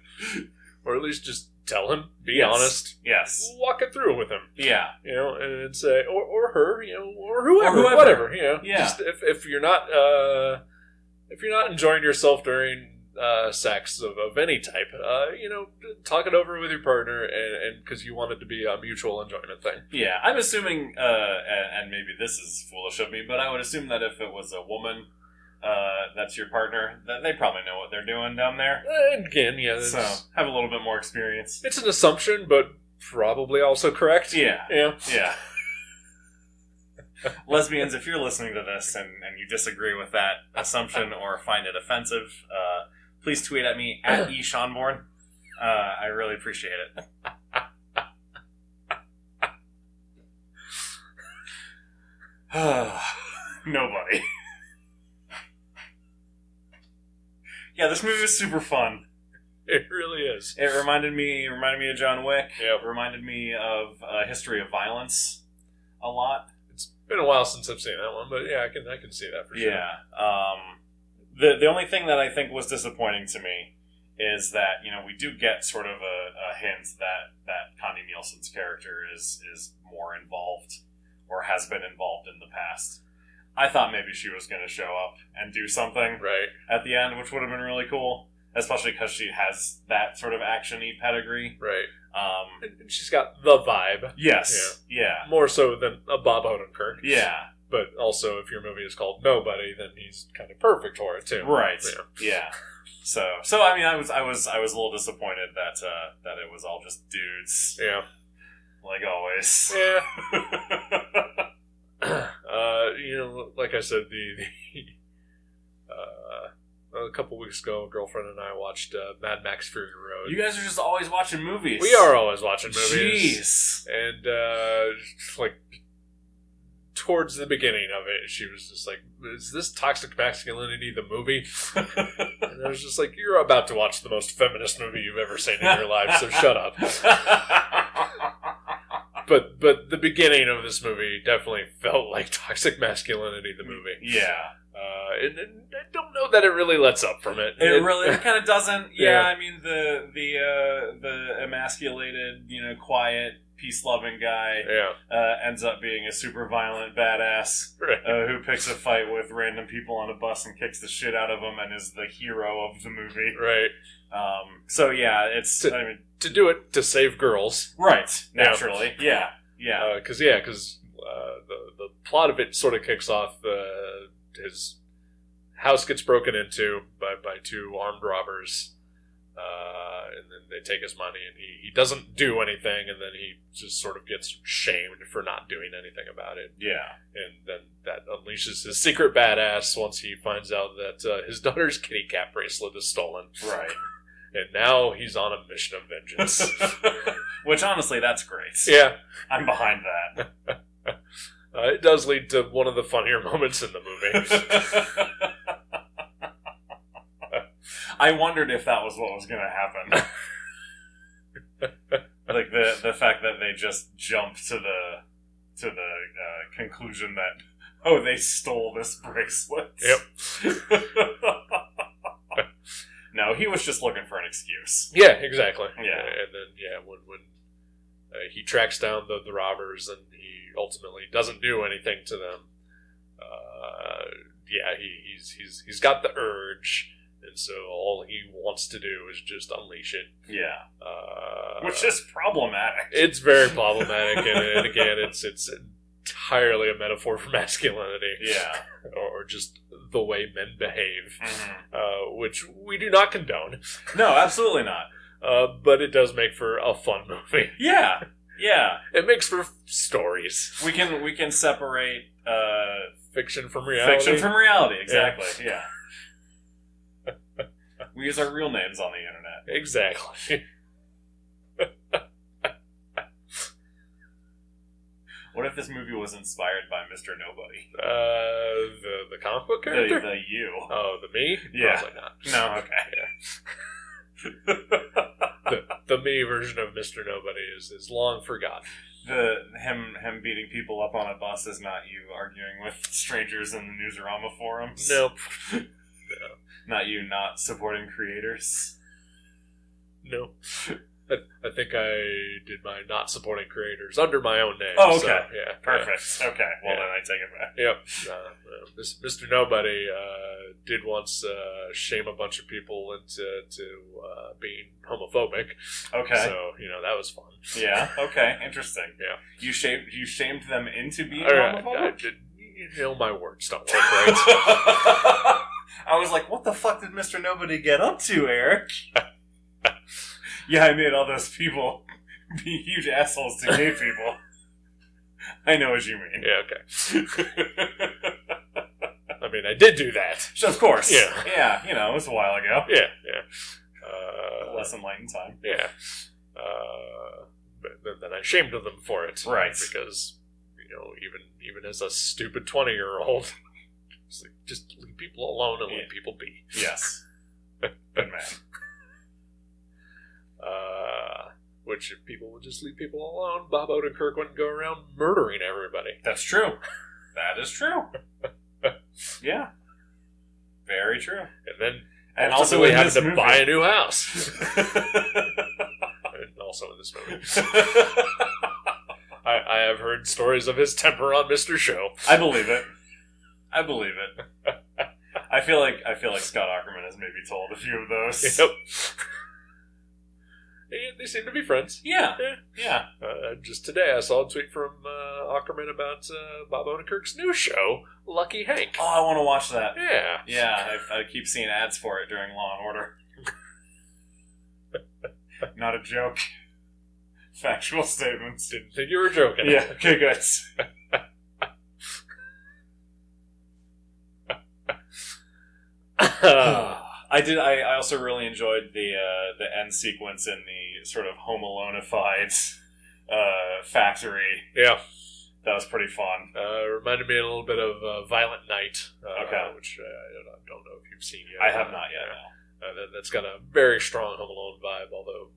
Speaker 2: Or at least just tell him. Be
Speaker 3: Yes.
Speaker 2: honest.
Speaker 3: Yes.
Speaker 2: Walk it through with him.
Speaker 3: Yeah.
Speaker 2: you know, and say, or, or her, you know, or whoever,
Speaker 3: Or whoever.
Speaker 2: whatever, you know,
Speaker 3: Yeah.
Speaker 2: just if, if you're not uh, if you're not enjoying yourself during uh, sex of, of any type, uh, you know, talk it over with your partner, and because you want it to be a mutual enjoyment thing.
Speaker 3: Yeah. I'm assuming, uh, and, and maybe this is foolish of me, but I would assume that if it was a woman uh, that's your partner, that they probably know what they're doing down there.
Speaker 2: And again, yeah, it's,
Speaker 3: So have a little bit more experience.
Speaker 2: it's an assumption, but probably also correct.
Speaker 3: Yeah.
Speaker 2: Yeah.
Speaker 3: Yeah. Lesbians, if you're listening to this and, and you disagree with that assumption or find it offensive, uh, please tweet at me at eSeanborn. Uh, I really appreciate it. Nobody. yeah, this movie was super fun.
Speaker 2: It really is.
Speaker 3: It reminded me reminded me of John Wick.
Speaker 2: Yeah,
Speaker 3: It reminded me of uh, History of Violence a lot.
Speaker 2: it's been a while since I've seen that one, but yeah, I can I can see that for sure.
Speaker 3: Yeah. Um, the the only thing that I think was disappointing to me is that you know we do get sort of a, a hint that that Connie Nielsen's character is is more involved or has been involved in the past. I thought maybe she was going to show up and do something
Speaker 2: Right.
Speaker 3: at the end, which would have been really cool, especially because she has that sort of actiony pedigree.
Speaker 2: Right.
Speaker 3: Um,
Speaker 2: And- and she's got the vibe
Speaker 3: yes, yeah,
Speaker 2: more so than a Bob Odenkirk.
Speaker 3: yeah,
Speaker 2: But also, if your movie is called Nobody, then he's kind of perfect for it too.
Speaker 3: right
Speaker 2: Yeah.
Speaker 3: yeah so so i mean i was i was i was a little disappointed that uh that it was all just dudes
Speaker 2: Yeah.
Speaker 3: like always
Speaker 2: Yeah. uh, you know, like I said, the, the uh, a couple weeks ago, girlfriend and I watched uh, Mad Max Fury Road.
Speaker 3: you guys are just always watching movies
Speaker 2: we are always watching movies,
Speaker 3: jeez
Speaker 2: and uh, like towards the beginning of it, she was just like, "Is this toxic masculinity the movie?" and I was just like, "You're about to watch the most feminist movie you've ever seen in your life, so shut up." But but the beginning of this movie definitely felt like toxic masculinity. The movie.
Speaker 3: yeah
Speaker 2: Uh, and, and I don't know that it really lets up from it.
Speaker 3: it really it kind of doesn't yeah,
Speaker 2: Yeah.
Speaker 3: i mean the the uh the emasculated you know quiet peace loving guy
Speaker 2: yeah,
Speaker 3: uh, ends up being a super violent badass
Speaker 2: right.
Speaker 3: uh, who picks a fight with random people on a bus and kicks the shit out of them and is the hero of the movie.
Speaker 2: right.
Speaker 3: Um, so yeah, it's I mean,
Speaker 2: To do it to save girls,
Speaker 3: right
Speaker 2: Yeah. Uh,
Speaker 3: naturally, yeah, yeah,
Speaker 2: because yeah, because uh, the the plot of it sort of kicks off. Uh, his house gets broken into by by two armed robbers. Uh, and then they take his money, and he, he doesn't do anything, and then he just sort of gets shamed for not doing anything about it.
Speaker 3: yeah,
Speaker 2: And then that unleashes his secret badass once he finds out that uh, his daughter's kitty cat bracelet is stolen.
Speaker 3: right.
Speaker 2: and now he's on a mission of vengeance.
Speaker 3: Which honestly, that's great.
Speaker 2: yeah,
Speaker 3: I'm behind that.
Speaker 2: uh, it does lead to one of the funnier moments in the movie.
Speaker 3: I wondered if that was what was going to happen. like the the fact that they just jump to the to the uh, conclusion that oh they stole this bracelet.
Speaker 2: Yep.
Speaker 3: no, he was just looking for an excuse.
Speaker 2: yeah, exactly.
Speaker 3: Yeah.
Speaker 2: and then yeah, when when uh, he tracks down the the robbers and he ultimately doesn't do anything to them. Uh, yeah, he, he's he's he's got the urge, and so all he wants to do is just unleash it.
Speaker 3: Yeah,
Speaker 2: Uh,
Speaker 3: which is problematic.
Speaker 2: it's very problematic, and, and again, it's it's entirely a metaphor for masculinity.
Speaker 3: Yeah.
Speaker 2: or, or just the way men behave,
Speaker 3: Mhm.
Speaker 2: uh, which we do not condone,
Speaker 3: No, absolutely not.
Speaker 2: uh, but it does make for a fun movie.
Speaker 3: Yeah, yeah.
Speaker 2: It makes for stories,
Speaker 3: We can we can separate uh,
Speaker 2: fiction from reality.
Speaker 3: Fiction from reality, exactly. Yeah. we use our real names on the internet.
Speaker 2: exactly.
Speaker 3: What if this movie was inspired by Mr. Nobody?
Speaker 2: Uh, the the comic book
Speaker 3: The,
Speaker 2: character.
Speaker 3: the you.
Speaker 2: Oh, the me?
Speaker 3: Yeah.
Speaker 2: Probably not.
Speaker 3: No, okay.
Speaker 2: The me version of Mr. Nobody is, is long forgotten.
Speaker 3: The him him beating people up on a bus is not you arguing with strangers in the Newsarama forums.
Speaker 2: Nope.
Speaker 3: Not you not supporting creators.
Speaker 2: No. I, I think I did my not supporting creators under my own name.
Speaker 3: Oh,
Speaker 2: so,
Speaker 3: okay.
Speaker 2: yeah.
Speaker 3: Perfect. Okay. Well
Speaker 2: Yeah.
Speaker 3: then I take it back.
Speaker 2: yeah. Yep. Uh, uh, this, Mr. Nobody uh, did once uh, shame a bunch of people into to, uh, being homophobic.
Speaker 3: Okay.
Speaker 2: So, you know, that was fun.
Speaker 3: Yeah. Okay. Interesting.
Speaker 2: Yeah.
Speaker 3: You shamed you shamed them into being
Speaker 2: All right,
Speaker 3: homophobic?
Speaker 2: I did, you know, my words don't work right.
Speaker 3: I was like, what the fuck did Mr. Nobody get up to, Eric? yeah, I made all those people be huge assholes to gay people. I know what you mean.
Speaker 2: yeah, okay. I mean, I did do that.
Speaker 3: So, of course.
Speaker 2: Yeah.
Speaker 3: Yeah, you know, it was a while ago.
Speaker 2: Yeah, yeah. Uh,
Speaker 3: Less enlightened time.
Speaker 2: yeah. Uh, but then, then I'm ashamed of them for it.
Speaker 3: Right.
Speaker 2: Because, you know, even even as a stupid 20 year old, it's like, just leave people alone and
Speaker 3: Yeah.
Speaker 2: let people be.
Speaker 3: Yes. Good man.
Speaker 2: Uh, which, if people would just leave people alone, Bob Odenkirk wouldn't go around murdering everybody.
Speaker 3: That's true. That is true. yeah. Very true.
Speaker 2: And then
Speaker 3: And also,
Speaker 2: ultimately
Speaker 3: in
Speaker 2: having
Speaker 3: this
Speaker 2: to
Speaker 3: movie,
Speaker 2: buy a new house. and also in this movie. I, I have heard stories of his temper on Mr. Show.
Speaker 3: I believe it. I believe it. I feel like I feel like Scott Ackerman has maybe told a few of those.
Speaker 2: Yep. they, they seem to be friends.
Speaker 3: Yeah.
Speaker 2: Yeah.
Speaker 3: Yeah.
Speaker 2: Uh, just today, I saw a tweet from uh, Ackerman about uh, Bob Odenkirk's new show, Lucky Hank.
Speaker 3: Oh, I want to watch that.
Speaker 2: Yeah.
Speaker 3: Yeah, I, I keep seeing ads for it during Law and Order. Not a joke. Factual statements.
Speaker 2: Didn't think you were joking.
Speaker 3: Yeah. Okay, good.
Speaker 2: Uh,
Speaker 3: I did. I, I also really enjoyed the uh, the end sequence in the sort of Home Alone'ified uh, factory.
Speaker 2: yeah.
Speaker 3: That was pretty fun.
Speaker 2: Uh, reminded me a little bit of uh, Violent Night, uh,
Speaker 3: Okay.
Speaker 2: which uh, I don't know- don't know if you've seen yet.
Speaker 3: I have not yet. No.
Speaker 2: Uh, that, that's got a very strong Home Alone vibe, although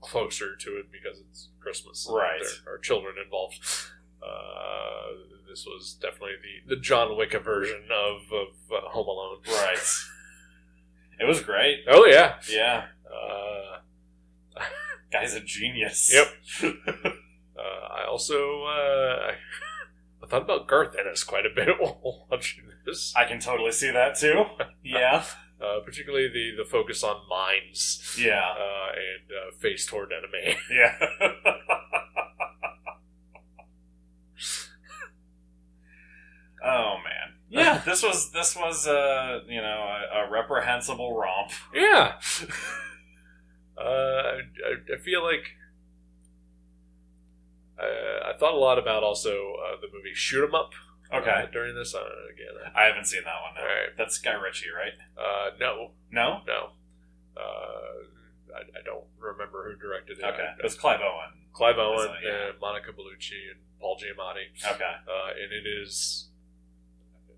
Speaker 2: closer to it because it's Christmas. and
Speaker 3: Right.
Speaker 2: There are children involved. Uh, this was definitely the, the John Wick version of, of uh, Home Alone.
Speaker 3: Right. It was great.
Speaker 2: Oh, yeah.
Speaker 3: Yeah.
Speaker 2: Uh,
Speaker 3: Guy's a genius.
Speaker 2: Yep. uh, I also uh, I thought about Garth Ennis quite a bit while watching this,
Speaker 3: I can totally see that too. Yeah.
Speaker 2: uh, particularly the, the focus on minds
Speaker 3: Yeah.
Speaker 2: uh, and uh, face toward enemy.
Speaker 3: Yeah. oh man. Yeah. This was this was uh, you know a, a reprehensible romp.
Speaker 2: Yeah. uh, I, I- I feel like uh, I thought a lot about also uh, the movie Shoot 'Em Up. uh,
Speaker 3: Okay.
Speaker 2: during this, uh, again,
Speaker 3: I haven't seen that one.
Speaker 2: all
Speaker 3: No.
Speaker 2: right.
Speaker 3: That's Guy Ritchie, right?
Speaker 2: Uh, no,
Speaker 3: No.
Speaker 2: no. Uh, I, I don't remember who directed it.
Speaker 3: Okay. It was Clive Owen.
Speaker 2: Clive Owen,
Speaker 3: That's not- yeah.
Speaker 2: and Monica Bellucci, and Paul Giamatti.
Speaker 3: Okay.
Speaker 2: uh, and it is. uh,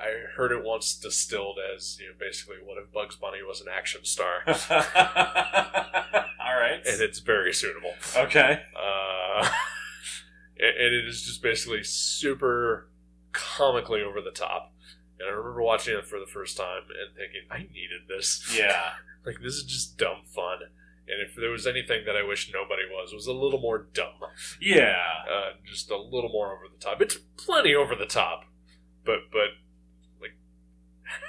Speaker 2: I heard it once distilled as you know basically what if Bugs Bunny was an action star,
Speaker 3: All right.
Speaker 2: and it's very suitable.
Speaker 3: Okay.
Speaker 2: Uh, and and it is just basically super comically over the top. And I remember watching it for the first time and thinking, I needed this.
Speaker 3: Yeah.
Speaker 2: Like this is just dumb fun. And if there was anything that I wish nobody was, it was a little more dumb.
Speaker 3: Yeah.
Speaker 2: uh, just a little more over the top. It's plenty over the top, but but like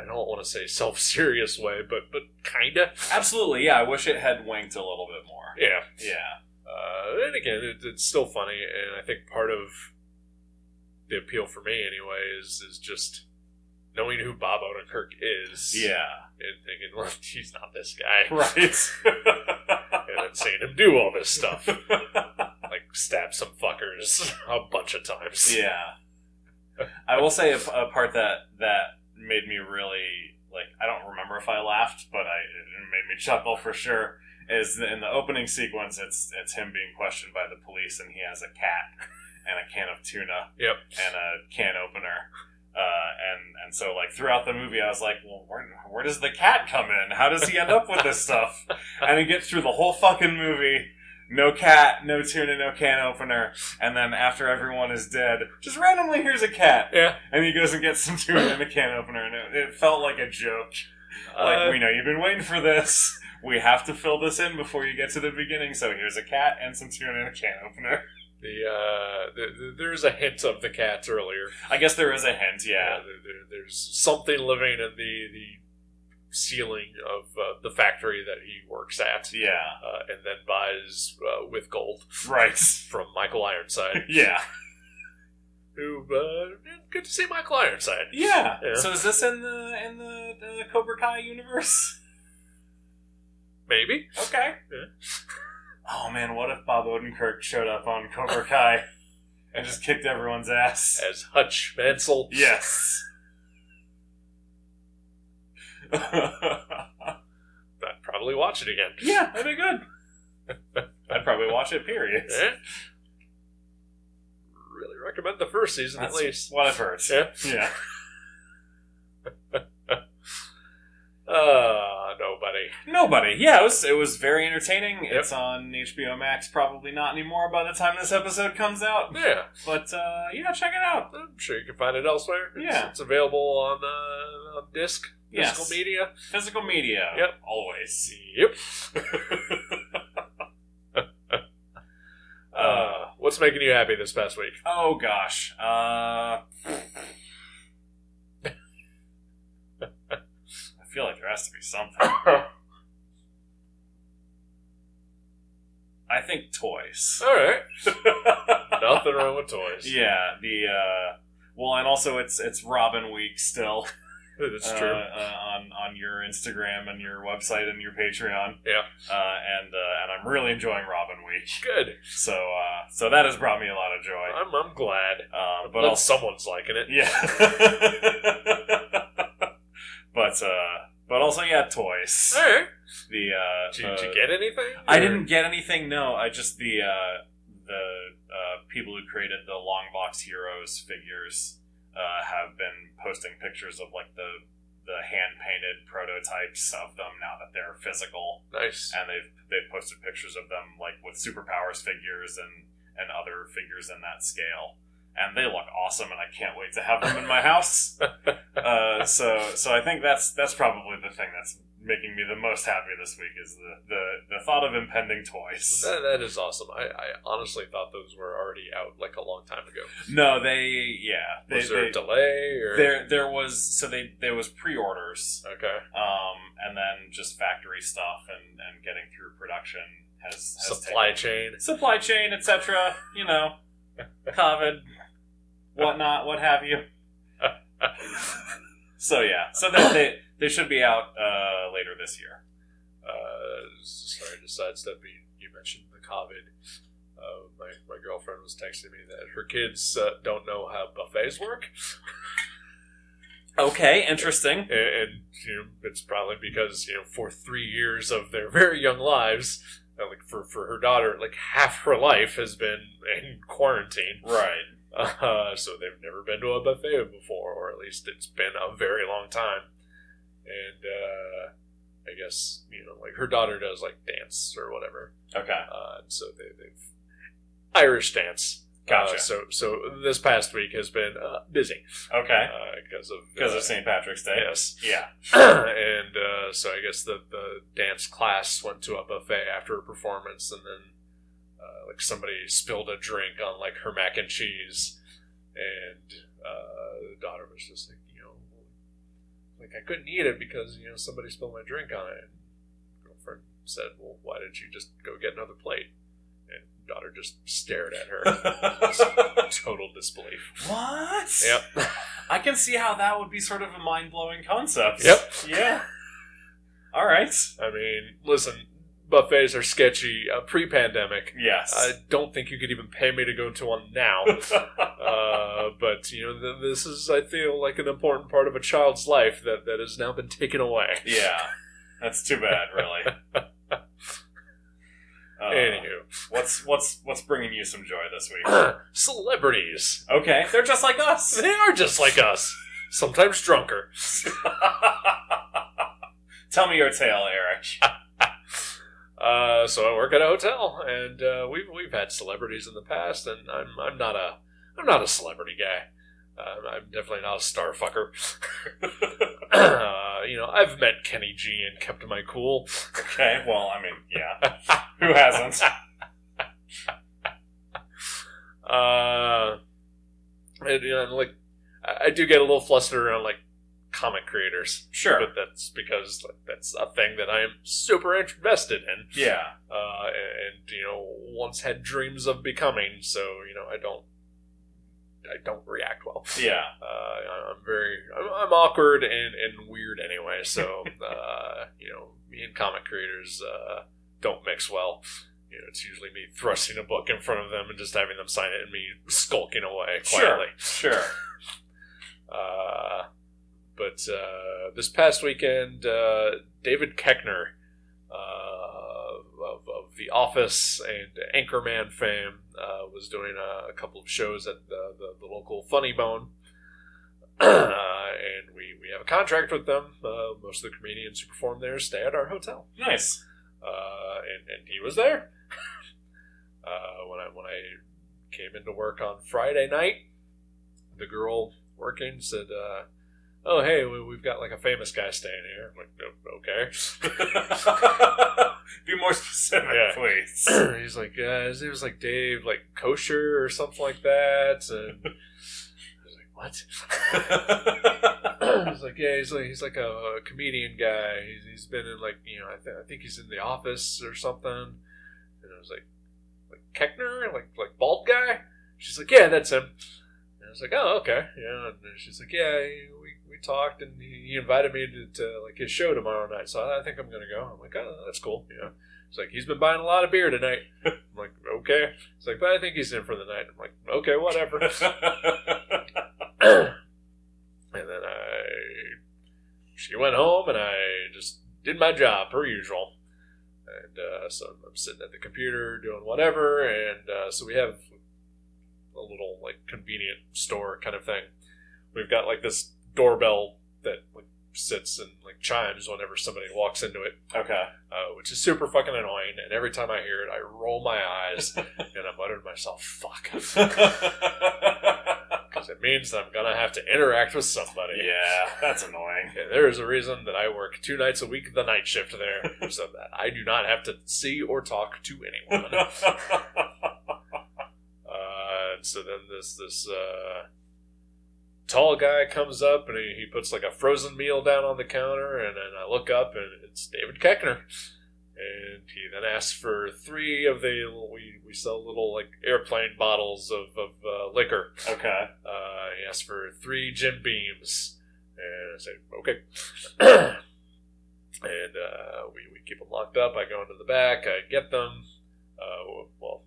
Speaker 2: I don't want to say self serious way, but but kinda.
Speaker 3: Absolutely. Yeah. I wish it had winked a little bit more.
Speaker 2: Yeah.
Speaker 3: Yeah.
Speaker 2: Uh, and again, it, it's still funny, and I think part of the appeal for me, anyway, is is just knowing who Bob Odenkirk is.
Speaker 3: Yeah.
Speaker 2: And thinking, well, he's not this guy.
Speaker 3: Right.
Speaker 2: And then seeing him do all this stuff, like stab some fuckers a bunch of times.
Speaker 3: Yeah, I will say a, a part that that made me really like. I don't remember if I laughed, but I it made me chuckle for sure. Is in the opening sequence, it's it's him being questioned by the police, and he has a cat and a can of tuna,
Speaker 2: Yep.
Speaker 3: and a can opener. Uh, and and so like throughout the movie, I was like, well, where, where does the cat come in? How does he end up with this stuff? And he gets through the whole fucking movie, no cat, no tuna, no can opener, and then after everyone is dead, just randomly hears a cat,
Speaker 2: Yeah.
Speaker 3: and he goes and gets some tuna and a can opener, and it, it felt like a joke. Like
Speaker 2: Uh,
Speaker 3: we know you've been waiting for this. We have to fill this in before you get to the beginning. So here's a cat and some tuna and a can opener.
Speaker 2: The, uh, the, the there's a hint of the cats earlier. Uh,
Speaker 3: I guess there is a hint, yeah.
Speaker 2: there, there, there's something living in the the ceiling of uh, the factory that he works at,
Speaker 3: Yeah.
Speaker 2: uh, and then buys uh, with gold
Speaker 3: Right.
Speaker 2: from Michael Ironside.
Speaker 3: Yeah.
Speaker 2: who uh, good to see Michael Ironside.
Speaker 3: Yeah.
Speaker 2: Yeah.
Speaker 3: So is this in the in the, the Cobra Kai universe?
Speaker 2: Maybe
Speaker 3: Okay.
Speaker 2: Yeah.
Speaker 3: Oh man, what if Bob Odenkirk showed up on Cobra Kai and just kicked everyone's ass?
Speaker 2: as Hutch Mansell.
Speaker 3: Yes. oh
Speaker 2: watch it again.
Speaker 3: Yeah, that'd be good. I'd probably watch it. Period.
Speaker 2: Eh? Really recommend the first season
Speaker 3: That's
Speaker 2: at least.
Speaker 3: what I've heard.
Speaker 2: Yeah.
Speaker 3: Yeah.
Speaker 2: Uh, nobody.
Speaker 3: Nobody. Yeah, it was it was very entertaining.
Speaker 2: Yep.
Speaker 3: It's on HBO Max. Probably not anymore by the time this episode comes out.
Speaker 2: Yeah,
Speaker 3: But uh, yeah, check it out.
Speaker 2: I'm sure you can find it elsewhere. It's,
Speaker 3: Yeah.
Speaker 2: it's available on uh, on disc,
Speaker 3: Yes.
Speaker 2: physical media.
Speaker 3: Physical media.
Speaker 2: Yep.
Speaker 3: Always.
Speaker 2: Yep. uh, what's making you happy this past week?
Speaker 3: Oh gosh. Uh, I feel like there has to be something.
Speaker 2: All
Speaker 3: I think toys.
Speaker 2: right. Nothing wrong with toys.
Speaker 3: Yeah. The uh, well, and also it's it's Robin week still.
Speaker 2: It's
Speaker 3: uh,
Speaker 2: true.
Speaker 3: Uh, on on your Instagram and your website and your Patreon.
Speaker 2: Yeah.
Speaker 3: Uh, and uh, and I'm really enjoying Robin Week.
Speaker 2: Good.
Speaker 3: So uh, so that has brought me a lot of joy.
Speaker 2: I'm, I'm glad.
Speaker 3: Um,
Speaker 2: But
Speaker 3: but also
Speaker 2: someone's liking it.
Speaker 3: yeah. but uh, but also yeah, toys.
Speaker 2: All right.
Speaker 3: The uh,
Speaker 2: Did, you- did
Speaker 3: the-
Speaker 2: you get anything?
Speaker 3: I
Speaker 2: Or-
Speaker 3: didn't get anything. No, I just the uh, the uh, people who created the long box heroes figures uh, have been posting pictures of like the the hand painted prototypes of them now that they're physical,
Speaker 2: Nice.
Speaker 3: and they've they've posted pictures of them like with superpowers figures and and other figures in that scale. And they look awesome, and I can't wait to have them in my house. Uh, so, so I think that's that's probably the thing that's making me the most happy this week is the the, the thought of impending toys.
Speaker 2: That, that is awesome. I, I honestly thought those were already out like a long time ago.
Speaker 3: No, they yeah they,
Speaker 2: Was there
Speaker 3: they
Speaker 2: a delay or
Speaker 3: there there was so they there was pre-orders
Speaker 2: Okay.
Speaker 3: um and then just factory stuff and and getting through production has, has
Speaker 2: Supply
Speaker 3: taken-
Speaker 2: chain.
Speaker 3: supply chain etc. You know, COVID, whatnot, what have you. so yeah, so they they, they should be out uh, later this year.
Speaker 2: Uh, sorry to sidestep you. You mentioned the COVID. Uh, my, my girlfriend was texting me that her kids uh, don't know how buffets work,
Speaker 3: Okay, interesting.
Speaker 2: and, and you know, it's probably because you know for three years of their very young lives, uh, like for for her daughter, like half her life has been in quarantine.
Speaker 3: Right.
Speaker 2: Uh, so they've never been to a buffet before, or at least it's been a very long time. And uh, I guess you know, like her daughter does like dance or whatever,
Speaker 3: Okay.
Speaker 2: uh, and so they, they've Irish dance.
Speaker 3: Gotcha.
Speaker 2: Uh, so so this past week has been uh, busy
Speaker 3: Okay.
Speaker 2: because of
Speaker 3: Because
Speaker 2: uh,
Speaker 3: of St. Patrick's Day.
Speaker 2: Yes,
Speaker 3: Yeah.
Speaker 2: and uh, so I guess the, the dance class went to a buffet after a performance, and then uh, like somebody spilled a drink on like her mac and cheese, and uh, the daughter was just like, you know, like I couldn't eat it because you know somebody spilled my drink on it. And girlfriend said, well, why didn't you just go get another plate? And daughter just stared at her, total disbelief.
Speaker 3: what?
Speaker 2: Yep.
Speaker 3: I can see how that would be sort of a mind blowing concept.
Speaker 2: Yep.
Speaker 3: Yeah. All right.
Speaker 2: I mean, listen, buffets are sketchy uh, pre-pandemic.
Speaker 3: Yes.
Speaker 2: I don't think you could even pay me to go to one now. uh, but you know, th- this is I feel like an important part of a child's life that that has now been taken away.
Speaker 3: yeah. That's too bad, really. Uh,
Speaker 2: Anywho,
Speaker 3: what's what's what's bringing you some joy this week?
Speaker 2: celebrities.
Speaker 3: Okay, they're just like us.
Speaker 2: They are just like us. Sometimes drunker.
Speaker 3: Tell me your tale, Eric.
Speaker 2: Uh, so I work at a hotel, and uh, we've we've had celebrities in the past, and I'm I'm not a I'm not a celebrity guy. Um, I'm definitely not a star fucker. uh, you know, I've met Kenny G and kept my cool.
Speaker 3: Okay, well, I mean, yeah. Who hasn't?
Speaker 2: Uh, and, you know, and, like I I do get a little flustered around like comic creators,
Speaker 3: Sure.
Speaker 2: but that's because like, that's a thing that I am super invested in,
Speaker 3: Yeah.
Speaker 2: uh, and, and you know once had dreams of becoming. So you know I don't, I don't react well.
Speaker 3: Yeah.
Speaker 2: Uh, I- I'm very, I'm, I'm awkward and and weird anyway. So uh, you know me and comic creators uh, don't mix well. You know, it's usually me thrusting a book in front of them and just having them sign it, and me skulking away
Speaker 3: Sure.
Speaker 2: quietly.
Speaker 3: Sure.
Speaker 2: Uh, but uh, this past weekend, uh, David Keckner, uh, The Office and Anchorman fame uh, was doing a, a couple of shows at the, the, the local Funny Bone. uh, and we, we have a contract with them. Uh, most of the comedians who perform there stay at our hotel
Speaker 3: Nice.
Speaker 2: uh, and, and he was there. uh, when I when I came into work on Friday night, the girl working said, uh, "Oh hey, we, we've got like a famous guy staying here." I'm like, "Oh, okay.
Speaker 3: Be more specific,
Speaker 2: Yeah.
Speaker 3: please.
Speaker 2: He's like, yeah, his name was like Dave, like kosher or something like that. And I was like, what? he's like, yeah, he's like, he's like a, a comedian guy. He's, he's been in like, you know, I, th- I think he's in The Office or something. And I was like, like Keckner, like like bald guy. She's like, yeah, that's him. And I was like, oh, okay, yeah. And she's like, yeah, he- we, we talked, and he, he invited me to, to like his show tomorrow night. So I, I think I'm gonna go. I'm like, oh, that's cool. Yeah. He's like, he's been buying a lot of beer tonight. I'm like, okay. He's like, but I think he's in for the night. I'm like, okay, whatever and then I, she went home, and I just did my job per usual. And uh, so I'm sitting at the computer doing whatever, and uh, so we have a little like convenient store kind of thing. We've got like this doorbell that like sits and like chimes whenever somebody walks into it,
Speaker 3: okay.
Speaker 2: uh, which is super fucking annoying. And every time I hear it, I roll my eyes and I mutter to myself, "Fuck," because it means that I'm gonna have to interact with somebody.
Speaker 3: yeah, that's annoying.
Speaker 2: Yeah, there is a reason that I work two nights a week the night shift there, so that I do not have to see or talk to anyone. Uh, and so then this this uh, tall guy comes up and he, he puts like a frozen meal down on the counter, and then I look up and it's David Keckner. And he then asks for three of the we, we sell little like airplane bottles of, of uh, liquor.
Speaker 3: okay.
Speaker 2: Uh, he asked for three Jim Beams, and I said, "Okay." and uh, we we keep them locked up. I go into the back. I get them. Uh, well,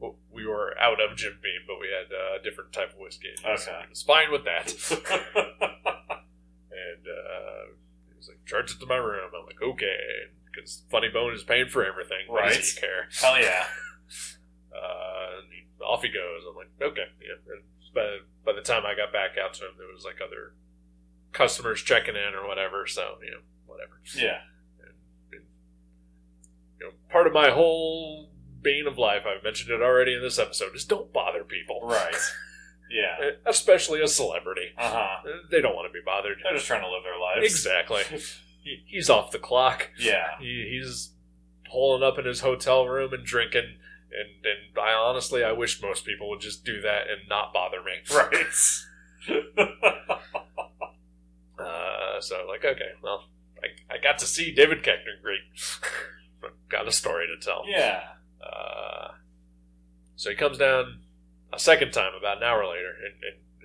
Speaker 2: w- we were out of Jim Beam, but we had uh, a different type of whiskey. So
Speaker 3: Okay.
Speaker 2: he was fine with that. and uh, he was like, "Charge it to my room." I'm like, "Okay," because Funny Bone is paying for everything. Why does he
Speaker 3: Right.
Speaker 2: care?
Speaker 3: Hell yeah.
Speaker 2: Uh, and he, off he goes. I'm like, okay. Yeah. And by, by the time I got back out to him, there was like other customers checking in or whatever. So you know, whatever.
Speaker 3: Yeah.
Speaker 2: You know, part of my whole being of life, I've mentioned it already in this episode, is don't bother people,
Speaker 3: Right. Yeah.
Speaker 2: Especially a celebrity.
Speaker 3: Uh huh.
Speaker 2: They don't want to be bothered.
Speaker 3: They're just trying to live their lives.
Speaker 2: Exactly. He- He's off the clock.
Speaker 3: Yeah.
Speaker 2: He, he's pulling up in his hotel room and drinking. And, and I honestly, I wish most people would just do that and not bother me.
Speaker 3: Right.
Speaker 2: Uh, so like, okay, well, I, I got to see David Keckner great. got a story to tell.
Speaker 3: yeah.
Speaker 2: Uh, so he comes down a second time about an hour later in,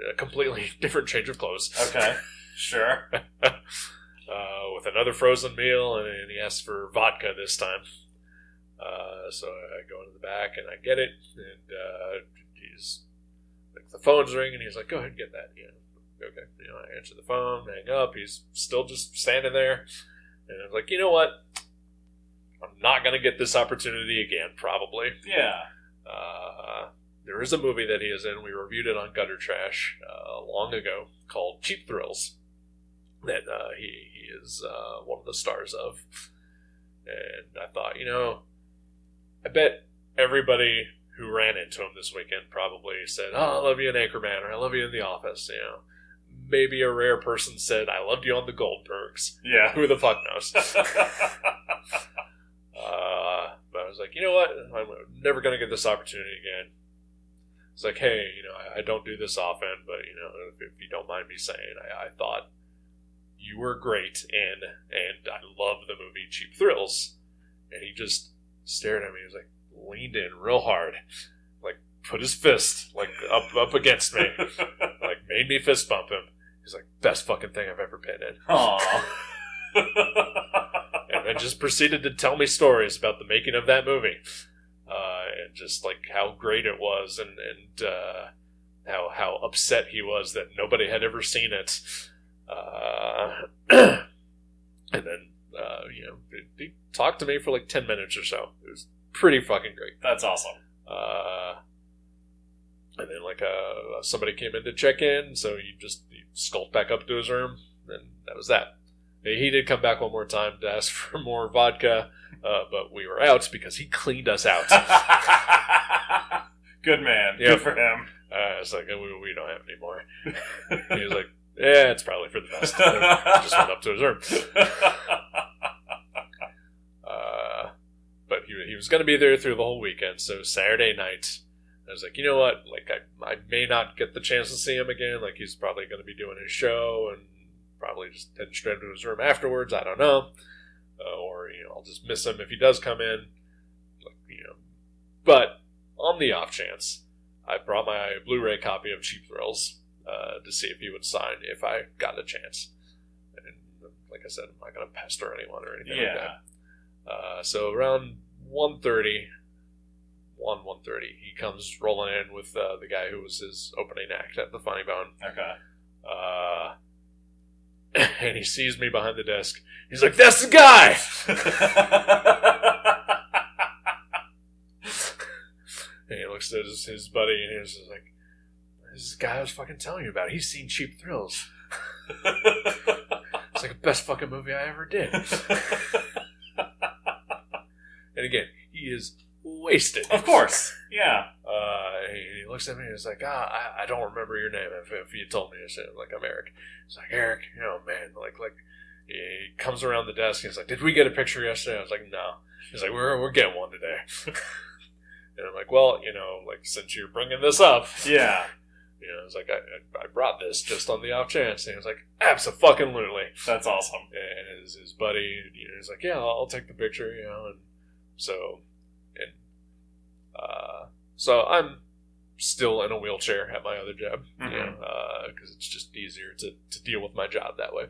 Speaker 2: in a completely different change of clothes.
Speaker 3: Okay. Sure.
Speaker 2: Uh, with another frozen meal, and, he asks for vodka this time. Uh, so I go into the back and I get it, and uh, he's like the phone's ringing. He's like, "Go ahead and get that." Yeah, okay. You know, I answer the phone, hang up. He's still just standing there, and I'm like, "You know what? I'm not gonna get this opportunity again, probably."
Speaker 3: Yeah.
Speaker 2: Uh, there is a movie that he is in. We reviewed it on Gutter Trash uh, long ago called Cheap Thrills that uh, he, he is uh, one of the stars of. And I thought, you know, I bet everybody who ran into him this weekend probably said, Oh, I love you in Anchorman or I love you in The Office, you know. Maybe a rare person said, I loved you on The Goldbergs.
Speaker 3: Yeah.
Speaker 2: Who the fuck knows? Uh, but I was like, you know what? I'm never going to get this opportunity again. It's like, hey, you know, I, I don't do this often, but, you know, if, if you don't mind me saying, I, I thought you were great and and I love the movie Cheap Thrills. And he just stared at me. He was like, leaned in real hard, like, put his fist, like, up, up against me, like, made me fist bump him. He's like, best fucking thing I've ever been in
Speaker 3: Aw.
Speaker 2: and then just proceeded to tell me stories about the making of that movie, uh, and just like how great it was, and and uh, how how upset he was that nobody had ever seen it, uh, and then uh, you know he, he talked to me for like ten minutes or so. It was pretty fucking great.
Speaker 3: That's awesome.
Speaker 2: Uh, and then like uh, somebody came in to check in, so he just he skulked back up to his room, and that was that. He did come back one more time to ask for more vodka, uh, but we were out because he cleaned us out. uh,
Speaker 3: Good man.
Speaker 2: Yep.
Speaker 3: Good for him.
Speaker 2: Uh, it's like we, we don't have any more. He was like, "Yeah, it's probably for the best." just went up to his room. Uh, but he, he was going to be there through the whole weekend. So Saturday night, I was like, you know what? Like, I, I may not get the chance to see him again. Like, he's probably going to be doing his show and probably just head straight to his room afterwards. I don't know. Uh, or, you know, I'll just miss him if he does come in. Like, you know. But on the off chance, I brought my Blu ray copy of Cheap Thrills uh, to see if he would sign if I got a chance. And like I said, I'm not going to pester anyone or anything like that.
Speaker 3: yeah.
Speaker 2: Uh, so around 1.30, 1, 1.30, he comes rolling in with uh, the guy who was his opening act at the Funny Bone.
Speaker 3: Okay.
Speaker 2: Uh, and he sees me behind the desk. He's like, that's the guy! And he looks at his, his buddy and he's just like, this guy I was fucking telling you about. He's seen Cheap Thrills. It's like the best fucking movie I ever did. And again, he is wasted.
Speaker 3: of course. Yeah.
Speaker 2: Uh, he, he looks at me and he's like, ah, I, I don't remember your name. If, if you told me, I said, like, I'm Eric. He's like, Eric, you know, man, like, like, he comes around the desk and he's like, did we get a picture yesterday? I was like, no. He's like, we're, we're getting one today. and I'm like, well, you know, like, since you're bringing this up,
Speaker 3: Yeah.
Speaker 2: you know, I was like, I, I, I brought this just on the off chance. And he was like, absolutely
Speaker 3: That's awesome.
Speaker 2: and his, his buddy, you know, he's like, yeah, I'll, I'll take the picture, you know, and so, and, uh, so I'm still in a wheelchair at my other job, you know,
Speaker 3: Mhm.
Speaker 2: because it's just easier to, to deal with my job that way.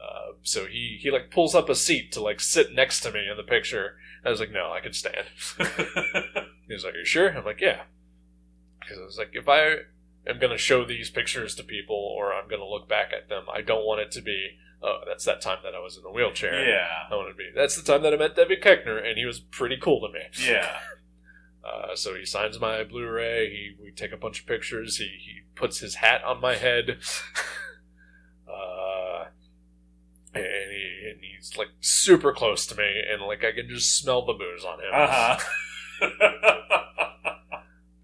Speaker 2: Uh, so he, he like pulls up a seat to like sit next to me in the picture. I was like, no, I can stand. He's like, "Are you sure?" I'm like, "Yeah," because I was like, if I am going to show these pictures to people or I'm going to look back at them, I don't want it to be, "Oh, that's that time that I was in the wheelchair."
Speaker 3: yeah.
Speaker 2: I want it to be, "That's the time that I met Debbie Keckner, and he was pretty cool to me."
Speaker 3: Yeah.
Speaker 2: Uh, so he signs my Blu-ray. He we take a bunch of pictures. He he puts his hat on my head. uh, and he and he's like super close to me, and like I can just smell the booze on him.
Speaker 3: Uh huh.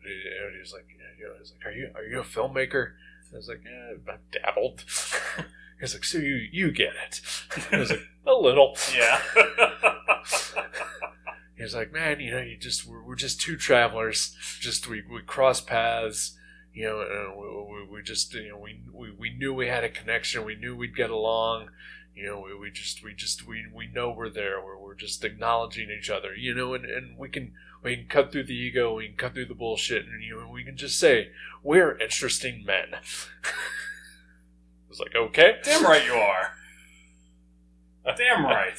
Speaker 2: and he's like, you know, he's like, are you are you a filmmaker? I was like, yeah, I've dabbled. he's like, so you you get it? I was like, a little.
Speaker 3: yeah.
Speaker 2: He's like, man, you know, you just we're, we're just two travelers. Just we we cross paths. You know, and uh, we, we, we just you know we, we we knew we had a connection. We knew we'd get along. You know, we, we just we just we we know we're there. We're we're just acknowledging each other. You know, and, and we can we can cut through the ego. We can cut through the bullshit, and you know, we can just say we're interesting men. it's like okay,
Speaker 3: Damn right you are. Damn right.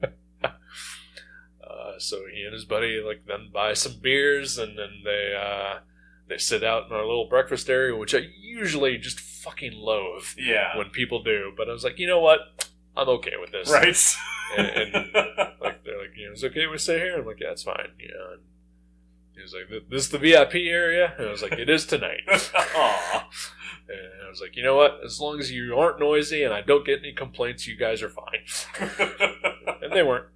Speaker 2: Uh, so he and his buddy like then buy some beers and then they uh, they sit out in our little breakfast area, which I usually just fucking loathe
Speaker 3: Yeah.
Speaker 2: when people do. But I was like, you know what, I'm okay with this.
Speaker 3: Right.
Speaker 2: And, and like they're like, you know, it's okay we stay here. I'm like, yeah, it's fine. You know. And he was like, this is the VIP area, and I was like, it is tonight.
Speaker 3: Aw.
Speaker 2: And I was like, you know what, as long as you aren't noisy and I don't get any complaints, you guys are fine. and they weren't.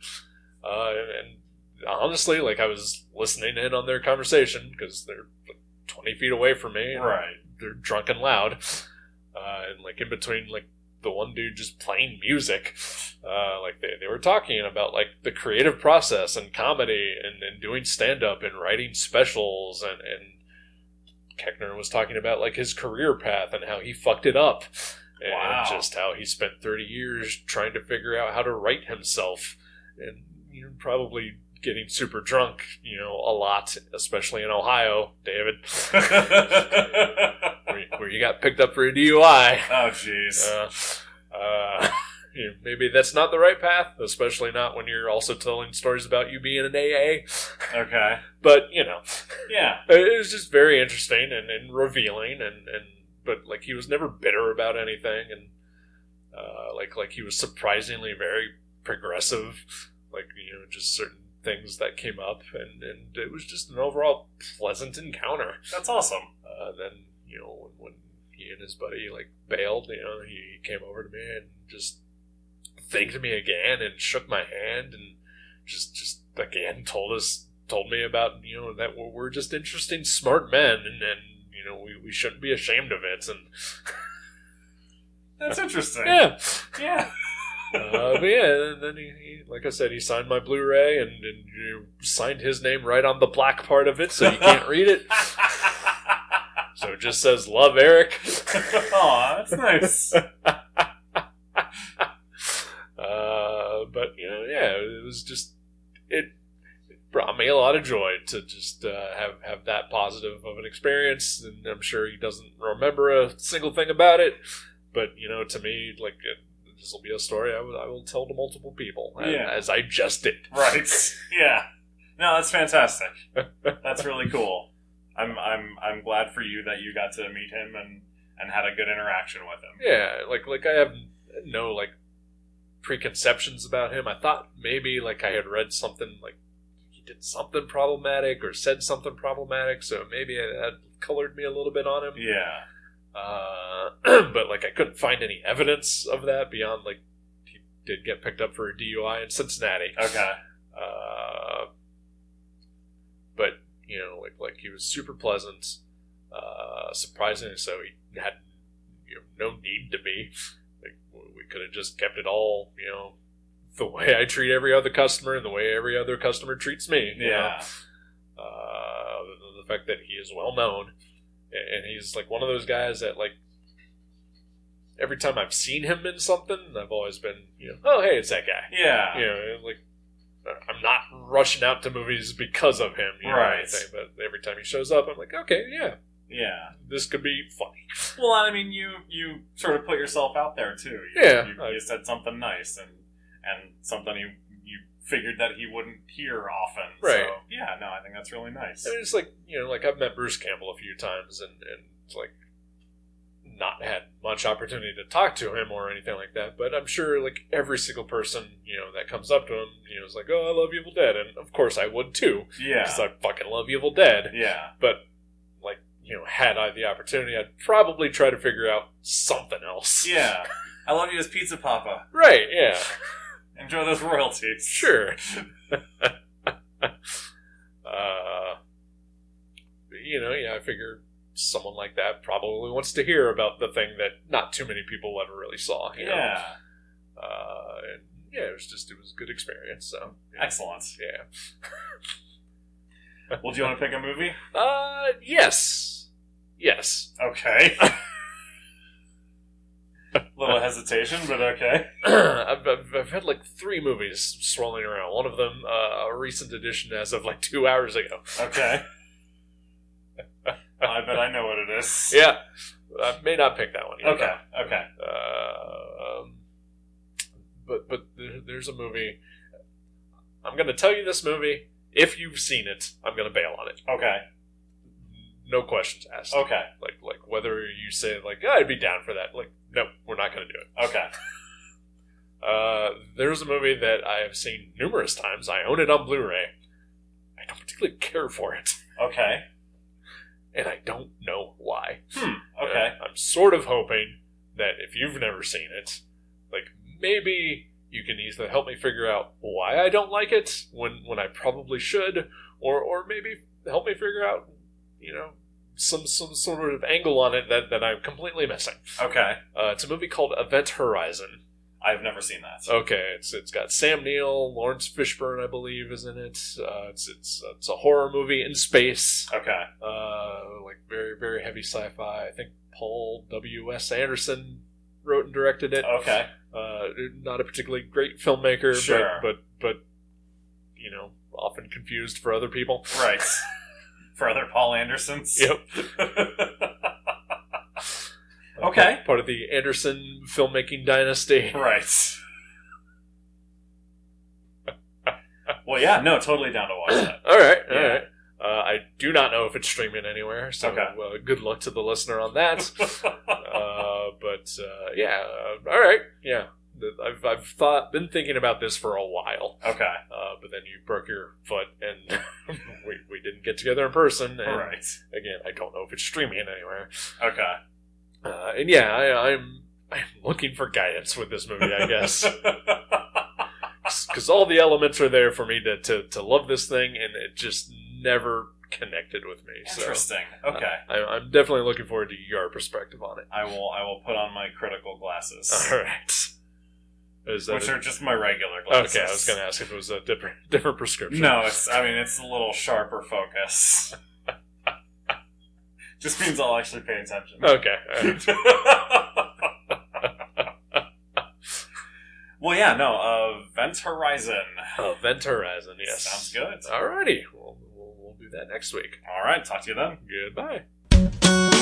Speaker 2: Uh, and, and honestly, like I was listening in on their conversation because they're like, twenty feet away from me. and
Speaker 3: Right.
Speaker 2: They're drunk and loud, uh, and like in between, like the one dude just playing music. Uh, like they, they were talking about like the creative process and comedy and, and doing stand up and writing specials and and Keckner was talking about like his career path and how he fucked it up. And
Speaker 3: Wow.
Speaker 2: just how he spent 30 years trying to figure out how to write himself and you know, probably getting super drunk, you know, a lot, especially in Ohio, David,
Speaker 3: oh
Speaker 2: where, you- where you got picked up for a DUI.
Speaker 3: Oh, jeez.
Speaker 2: Uh, uh, you know, maybe that's not the right path, especially not when you're also telling stories about you being an AA.
Speaker 3: Okay.
Speaker 2: But, you know,
Speaker 3: Yeah.
Speaker 2: it was just very interesting and, and revealing and, and but like he was never bitter about anything and uh, like like he was surprisingly very progressive like you know just certain things that came up, and and it was just an overall pleasant encounter.
Speaker 3: That's awesome.
Speaker 2: Uh, then you know when, when he and his buddy like bailed, you know he came over to me and just thanked me again and shook my hand and just just again told us told me about you know that we're, we're just interesting smart men and, and you know we, we shouldn't be ashamed of it and
Speaker 3: That's interesting.
Speaker 2: yeah
Speaker 3: Yeah.
Speaker 2: uh, but yeah, and then he, he, like I said, he signed my Blu-ray and, and you signed his name right on the black part of it, so you can't read it. So it just says "Love Eric."
Speaker 3: Aw, that's nice.
Speaker 2: Uh, but you know, yeah, it was just it, it brought me a lot of joy to just uh, have have that positive of an experience, and I'm sure he doesn't remember a single thing about it. But you know, to me, like it, this will be a story I will I will tell to multiple people, and-
Speaker 3: Yeah.
Speaker 2: as I just did.
Speaker 3: Right. Yeah. No, that's fantastic. That's really cool. I'm I'm I'm glad for you that you got to meet him and and had a good interaction with him.
Speaker 2: Yeah, like like I have no like preconceptions about him. I thought maybe like I had read something like he did something problematic or said something problematic, so maybe it had colored me a little bit on him.
Speaker 3: Yeah.
Speaker 2: Uh, but like I couldn't find any evidence of that beyond like he did get picked up for a DUI in Cincinnati.
Speaker 3: Okay.
Speaker 2: Uh, but you know, like like he was super pleasant, uh, surprisingly so. He had you know, no need to be. Like w- we could have just kept it all, you know, the way I treat every other customer and the way every other customer treats me. you know?
Speaker 3: Yeah.
Speaker 2: Uh, other than the fact that he is well known, a- and he's like one of those guys that like. Every time I've seen him in something, I've always been, you know, oh hey, it's that guy
Speaker 3: Yeah.
Speaker 2: you know, like I'm not rushing out to movies because of him, you know, or
Speaker 3: Right.
Speaker 2: anything, but every time he shows up, I'm like, okay, yeah,
Speaker 3: Yeah.
Speaker 2: this could be funny.
Speaker 3: Well, I mean, you you sort of put yourself out there too. You,
Speaker 2: Yeah.
Speaker 3: You, you said something nice and and something you you figured that he wouldn't hear often. So,
Speaker 2: Right.
Speaker 3: yeah. No, I think that's really nice.
Speaker 2: And it's like, you know, like I've met Bruce Campbell a few times and and like not had much opportunity to talk to him or anything like that, but I'm sure like every single person, you know, that comes up to him, you know, is like, "Oh, I love Evil Dead." And of course I would too,
Speaker 3: Yeah.
Speaker 2: cuz I fucking love Evil Dead.
Speaker 3: Yeah.
Speaker 2: But like, you know, had I the opportunity, I'd probably try to figure out something else.
Speaker 3: Yeah. I love you as Pizza Papa.
Speaker 2: Right, yeah.
Speaker 3: Enjoy those royalties.
Speaker 2: Sure. uh, you know, yeah, I figure someone like that probably wants to hear about the thing that not too many people ever really saw. You Know?
Speaker 3: Yeah.
Speaker 2: Uh, and yeah, it was just it was a good experience. So yeah.
Speaker 3: Excellent.
Speaker 2: yeah.
Speaker 3: Well, do you want to pick a movie?
Speaker 2: Uh, yes, yes.
Speaker 3: Okay. Little hesitation, but okay.
Speaker 2: I've, I've, I've had like three movies swirling around. One of them, uh, a recent edition as of like two hours ago.
Speaker 3: Okay. I bet I know what it is.
Speaker 2: Yeah, I may not pick that one. either.
Speaker 3: Okay. Okay.
Speaker 2: um, but but there- there's a movie. I'm gonna tell you this movie. If you've seen it, I'm gonna bail on it.
Speaker 3: Okay.
Speaker 2: No questions asked.
Speaker 3: Okay.
Speaker 2: Like like whether you say like "Yeah, I'd be down for that. Like no, we're not gonna do it.
Speaker 3: Okay.
Speaker 2: Uh, there's a movie that I have seen numerous times. I own it on Blu-ray. I don't particularly care for it,
Speaker 3: Okay.
Speaker 2: and I don't know why.
Speaker 3: Hmm. Okay.
Speaker 2: Uh, I'm sort of hoping that if you've never seen it, like maybe you can either help me figure out why I don't like it when when I probably should, or or maybe help me figure out you know some some sort of angle on it that that I'm completely missing.
Speaker 3: Okay.
Speaker 2: Uh, it's a movie called Event Horizon.
Speaker 3: I've never seen that.
Speaker 2: Okay, it's it's got Sam Neill, Lawrence Fishburne, I believe, is in it. Uh, it's it's it's a horror movie in space
Speaker 3: Okay.
Speaker 2: uh, like very very heavy sci-fi. I think Paul W. S. Anderson wrote and directed it.
Speaker 3: Okay.
Speaker 2: Uh, not a particularly great filmmaker,
Speaker 3: Sure.
Speaker 2: but, but but you know, often confused for other people. Uh,
Speaker 3: Right. For other Paul Andersons.
Speaker 2: Yep.
Speaker 3: Okay.
Speaker 2: Part of the Anderson filmmaking dynasty.
Speaker 3: right. Well, yeah. No, totally down to watch that.
Speaker 2: All right, all
Speaker 3: Yeah.
Speaker 2: right. Uh, I do not know if it's streaming anywhere, so
Speaker 3: Okay.
Speaker 2: uh, good luck to the listener on that. uh, but uh, yeah, uh, all right, yeah. Th- th- I've, I've thought been thinking about this for a while,
Speaker 3: Okay.
Speaker 2: uh, but then you broke your foot, and we, we didn't get together in person. And
Speaker 3: All right.
Speaker 2: again, I don't know if it's streaming anywhere.
Speaker 3: Okay.
Speaker 2: Uh, and yeah, I, I'm I'm looking for guidance with this movie, I guess, because all the elements are there for me to, to to love this thing, and it just never connected with me. So uh,
Speaker 3: Interesting. Okay.
Speaker 2: I, I'm definitely looking forward to your perspective on it.
Speaker 3: I will. I will put on my critical glasses,
Speaker 2: All right. Is that
Speaker 3: which
Speaker 2: a-
Speaker 3: are just my regular glasses.
Speaker 2: okay, I was going to ask if it was a different different prescription.
Speaker 3: No, it's. I mean, it's a little sharper focus. just means I'll actually pay attention.
Speaker 2: Okay. all right.
Speaker 3: well, yeah. No. Uh, Vent Horizon.
Speaker 2: Uh, Vent Horizon. Yes.
Speaker 3: Sounds good.
Speaker 2: Alrighty. We'll, we'll, we'll do that next week.
Speaker 3: All right. Talk to you then.
Speaker 2: Goodbye.